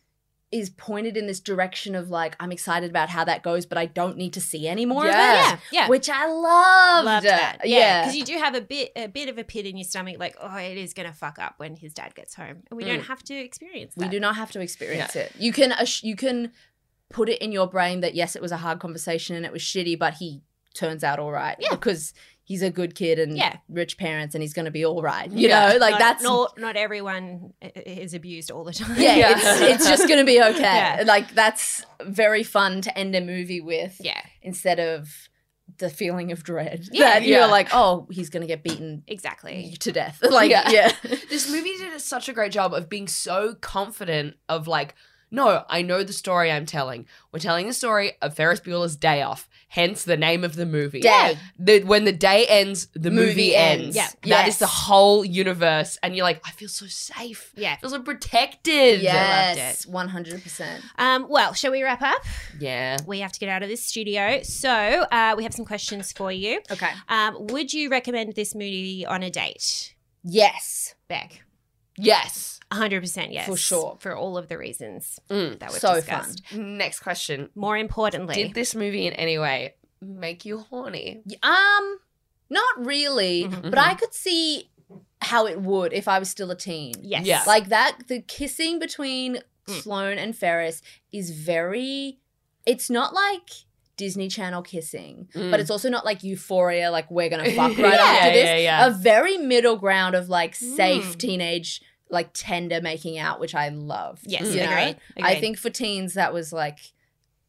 [SPEAKER 3] is pointed in this direction of like I'm excited about how that goes, but I don't need to see any more
[SPEAKER 2] Yeah.
[SPEAKER 3] of it.
[SPEAKER 1] Yeah, yeah.
[SPEAKER 3] Which I loved.
[SPEAKER 1] Loved that. Yeah,
[SPEAKER 3] Yeah.
[SPEAKER 1] because you do have a bit a bit of a pit in your stomach, like oh, it is gonna fuck up when his dad gets home, and we don't have to experience that.
[SPEAKER 3] Mm. we do not have to experience it. You can ass- you can put it in your brain that yes, it was a hard conversation and it was shitty, but he turns out all right
[SPEAKER 1] Yeah.
[SPEAKER 3] because he's a good kid and
[SPEAKER 1] Yeah.
[SPEAKER 3] rich parents and he's going to be all right. You
[SPEAKER 2] Yeah.
[SPEAKER 3] know, like
[SPEAKER 1] not,
[SPEAKER 3] that's
[SPEAKER 1] not not everyone i- i- is abused all the time.
[SPEAKER 3] yeah,
[SPEAKER 2] Yeah.
[SPEAKER 3] It's, it's just going to be okay.
[SPEAKER 1] Yeah.
[SPEAKER 3] Like that's very fun to end a movie with.
[SPEAKER 1] yeah,
[SPEAKER 3] instead of the feeling of dread
[SPEAKER 1] Yeah.
[SPEAKER 3] that
[SPEAKER 2] Yeah.
[SPEAKER 3] you're like, oh, he's gonna get beaten
[SPEAKER 1] exactly.
[SPEAKER 3] to death. Like,
[SPEAKER 2] Yeah.
[SPEAKER 3] yeah,
[SPEAKER 2] this movie did such a great job of being so confident of like No, I know the story I'm telling. We're telling the story of Ferris Bueller's Day Off, hence the name of the movie.
[SPEAKER 3] Day.
[SPEAKER 2] The, when the day ends, the movie,
[SPEAKER 3] Movie
[SPEAKER 2] ends.
[SPEAKER 3] ends.
[SPEAKER 1] Yeah.
[SPEAKER 2] That
[SPEAKER 3] Yes.
[SPEAKER 2] is the whole universe. And you're like, I feel so safe.
[SPEAKER 1] Yeah.
[SPEAKER 2] I feel so protected.
[SPEAKER 3] Yes, one hundred percent.
[SPEAKER 1] Um, well, shall we wrap up?
[SPEAKER 2] Yeah.
[SPEAKER 1] We have to get out of this studio. So uh, we have some questions for you.
[SPEAKER 3] Okay.
[SPEAKER 1] Um, would you recommend this movie on a date?
[SPEAKER 3] Yes.
[SPEAKER 1] Beck.
[SPEAKER 2] Yes.
[SPEAKER 1] 100% yes.
[SPEAKER 3] For sure.
[SPEAKER 1] For all of the reasons
[SPEAKER 2] Mm.
[SPEAKER 1] that we've
[SPEAKER 3] So fun.
[SPEAKER 1] discussed.
[SPEAKER 2] Next question.
[SPEAKER 1] More importantly,
[SPEAKER 2] Did this movie in any way make you horny?
[SPEAKER 3] Y- Um, not really,
[SPEAKER 2] Mhm.
[SPEAKER 3] but I could see how it would if I was still a teen.
[SPEAKER 1] yes.
[SPEAKER 2] Yeah.
[SPEAKER 3] Like that, the kissing between
[SPEAKER 2] Mm.
[SPEAKER 3] Sloane and Ferris is very. It's not like Disney Channel kissing,
[SPEAKER 2] Mm.
[SPEAKER 3] but it's also not like Euphoria, like we're gonna fuck right
[SPEAKER 2] Yeah,
[SPEAKER 3] after this.
[SPEAKER 2] yeah, yeah.
[SPEAKER 3] A very middle ground of like safe
[SPEAKER 1] Mm.
[SPEAKER 3] teenage, like tender making out, which I love.
[SPEAKER 1] Yes,
[SPEAKER 3] you
[SPEAKER 1] agreed,
[SPEAKER 3] know? I
[SPEAKER 1] Mm. agreed.
[SPEAKER 3] think for teens that was like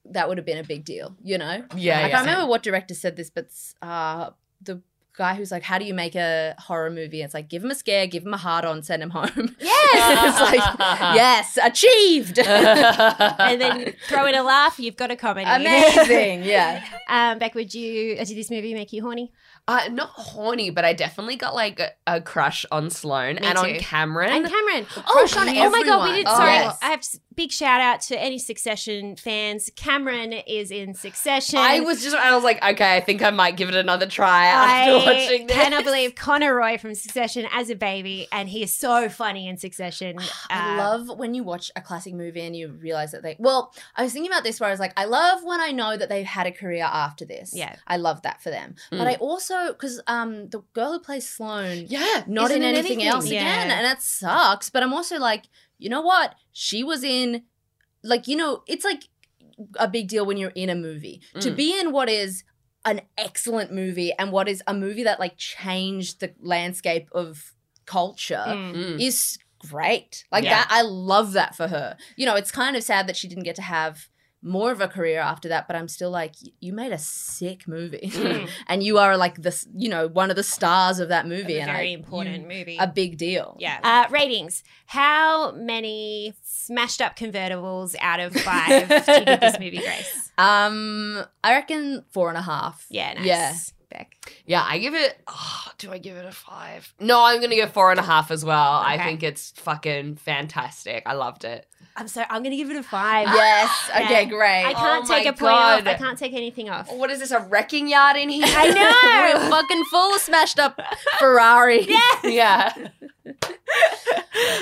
[SPEAKER 3] that would have been a big deal, you know.
[SPEAKER 2] Yeah,
[SPEAKER 3] I
[SPEAKER 2] yeah.
[SPEAKER 3] can't remember what director said this, but uh, the guy who's like, "How do you make a horror movie?" It's like, give him a scare, give him a hard on, send him home. Yes, it's like, yes, achieved.
[SPEAKER 1] and then throw in a laugh, you've got a comedy.
[SPEAKER 3] Amazing, yeah.
[SPEAKER 1] um, Beck, would you, uh, did this movie make you horny?
[SPEAKER 2] Uh, not horny, but I definitely got like a, a crush on Sloane
[SPEAKER 1] Me
[SPEAKER 2] and on
[SPEAKER 1] too.
[SPEAKER 2] Cameron.
[SPEAKER 1] And Cameron.
[SPEAKER 3] crush on
[SPEAKER 1] Oh my God, we
[SPEAKER 3] everyone.
[SPEAKER 1] did.
[SPEAKER 2] Oh,
[SPEAKER 1] sorry.
[SPEAKER 2] yes.
[SPEAKER 1] I have s- big shout out to any Succession fans. Cameron is in Succession.
[SPEAKER 2] I was just, I was like, okay, I think I might give it another try after watching this.
[SPEAKER 1] cannot believe Connor Roy from Succession as a baby, and he is so funny in Succession.
[SPEAKER 3] I
[SPEAKER 1] Uh,
[SPEAKER 3] love when you watch a classic movie and you realize that they. Well, I was thinking about this where I was like, I love when I know that they've had a career after this.
[SPEAKER 1] Yeah.
[SPEAKER 3] I love that for them. But I also because um the girl who plays Sloane,
[SPEAKER 2] Yeah,
[SPEAKER 3] not
[SPEAKER 2] isn't
[SPEAKER 3] in
[SPEAKER 2] in
[SPEAKER 3] anything,
[SPEAKER 2] anything.
[SPEAKER 3] else
[SPEAKER 1] Yeah.
[SPEAKER 3] again, and that sucks. But I'm also like, you know what? She was in, like, you know, it's like a big deal when you're in a movie to
[SPEAKER 2] Mm.
[SPEAKER 3] be in what is an excellent movie and what is a movie that like changed the landscape of culture
[SPEAKER 1] Mm.
[SPEAKER 2] Mm.
[SPEAKER 3] is great. Like
[SPEAKER 2] Yeah.
[SPEAKER 3] that, I love that for her. You know, it's kind of sad that she didn't get to have more of a career after that, but I'm still like, y- you made a sick movie,
[SPEAKER 2] Mm.
[SPEAKER 3] and you are like this, you know, one of the stars of that movie,
[SPEAKER 1] a
[SPEAKER 3] and
[SPEAKER 1] very
[SPEAKER 3] I-
[SPEAKER 1] important
[SPEAKER 3] you-
[SPEAKER 1] movie.
[SPEAKER 3] a big deal.
[SPEAKER 1] yeah. Uh, ratings. How many smashed up convertibles out of five do you give this movie, Grace?
[SPEAKER 3] Um, I reckon four and a half.
[SPEAKER 1] Yeah, nice.
[SPEAKER 3] Yeah.
[SPEAKER 1] Beck.
[SPEAKER 2] Yeah, I give it. Oh, do I give it a five? No, I'm gonna go four and a half as well.
[SPEAKER 1] Okay.
[SPEAKER 2] I think it's fucking fantastic. I loved it.
[SPEAKER 1] I'm sorry. I'm going to give it a five.
[SPEAKER 3] Yes.
[SPEAKER 1] Yeah.
[SPEAKER 3] Okay. Great.
[SPEAKER 1] I can't
[SPEAKER 2] Oh
[SPEAKER 1] take
[SPEAKER 2] my
[SPEAKER 1] a point off.
[SPEAKER 2] God.
[SPEAKER 1] I can't take anything off.
[SPEAKER 2] What is this? A wrecking yard in here?
[SPEAKER 1] I know.
[SPEAKER 3] We're fucking full of smashed up Ferrari.
[SPEAKER 2] yeah.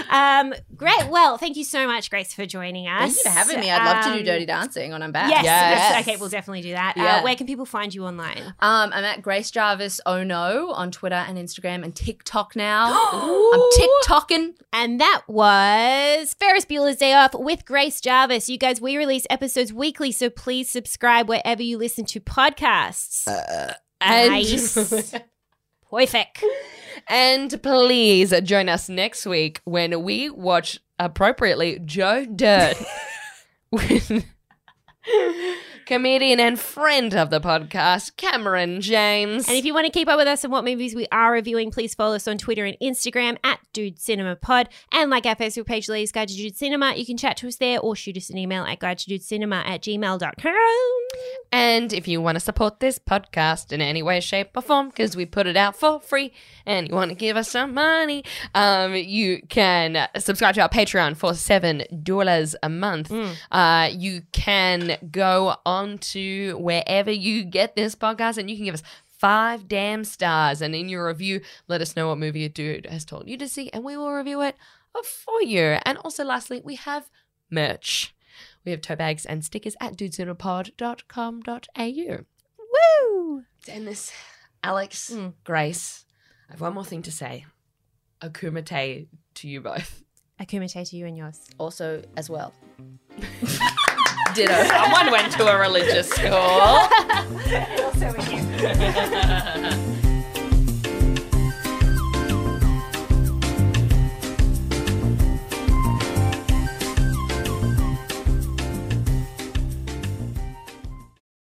[SPEAKER 1] Um, great. Well, thank you so much, Grace, for joining us.
[SPEAKER 3] Thank you for having me. I'd love to do
[SPEAKER 1] Um,
[SPEAKER 3] dirty dancing when I'm back.
[SPEAKER 1] Yes,
[SPEAKER 2] Yes.
[SPEAKER 1] yes. Okay, we'll definitely do that. Uh,
[SPEAKER 3] Yeah.
[SPEAKER 1] where can people find you online?
[SPEAKER 3] Um, I'm at Grace Jarvis Oh No on Twitter and Instagram and TikTok now. I'm TikToking.
[SPEAKER 1] And that was Ferris Bueller's Day Off with Grace Jarvis. You guys, we release episodes weekly, so please subscribe wherever you listen to podcasts.
[SPEAKER 2] And
[SPEAKER 1] nice. Perfect.
[SPEAKER 2] and please join us next week when we watch appropriately Joe Dirt with comedian and friend of the podcast Cameron James.
[SPEAKER 1] And if you want to keep up with us and what movies we are reviewing, please follow us on Twitter and Instagram at Dude Cinema Pod. And like our Facebook page, Ladies Guide to Dude Cinema, you can chat to us there or shoot us an email at guide to dude cinema at gmail.com.
[SPEAKER 2] And if you want to support this podcast in any way, shape, or form, because we put it out for free and you want to give us some money, um, you can subscribe to our Patreon for $7 a month.
[SPEAKER 1] Hmm.
[SPEAKER 2] Uh, you can go on to wherever you get this podcast and you can give us five damn stars. And in your review, let us know what movie a dude has told you to see, and we will review it for you. And also, lastly, we have merch. We have tote bags and stickers at dudesinapod.com.au. Woo! To end this, Alex,
[SPEAKER 1] Mm.
[SPEAKER 2] Grace, I have one more thing to say. Akumite to you both.
[SPEAKER 1] Akumite to you and yours.
[SPEAKER 3] Also, as well. Ditto.
[SPEAKER 2] Someone went to a religious school.
[SPEAKER 1] And also with you.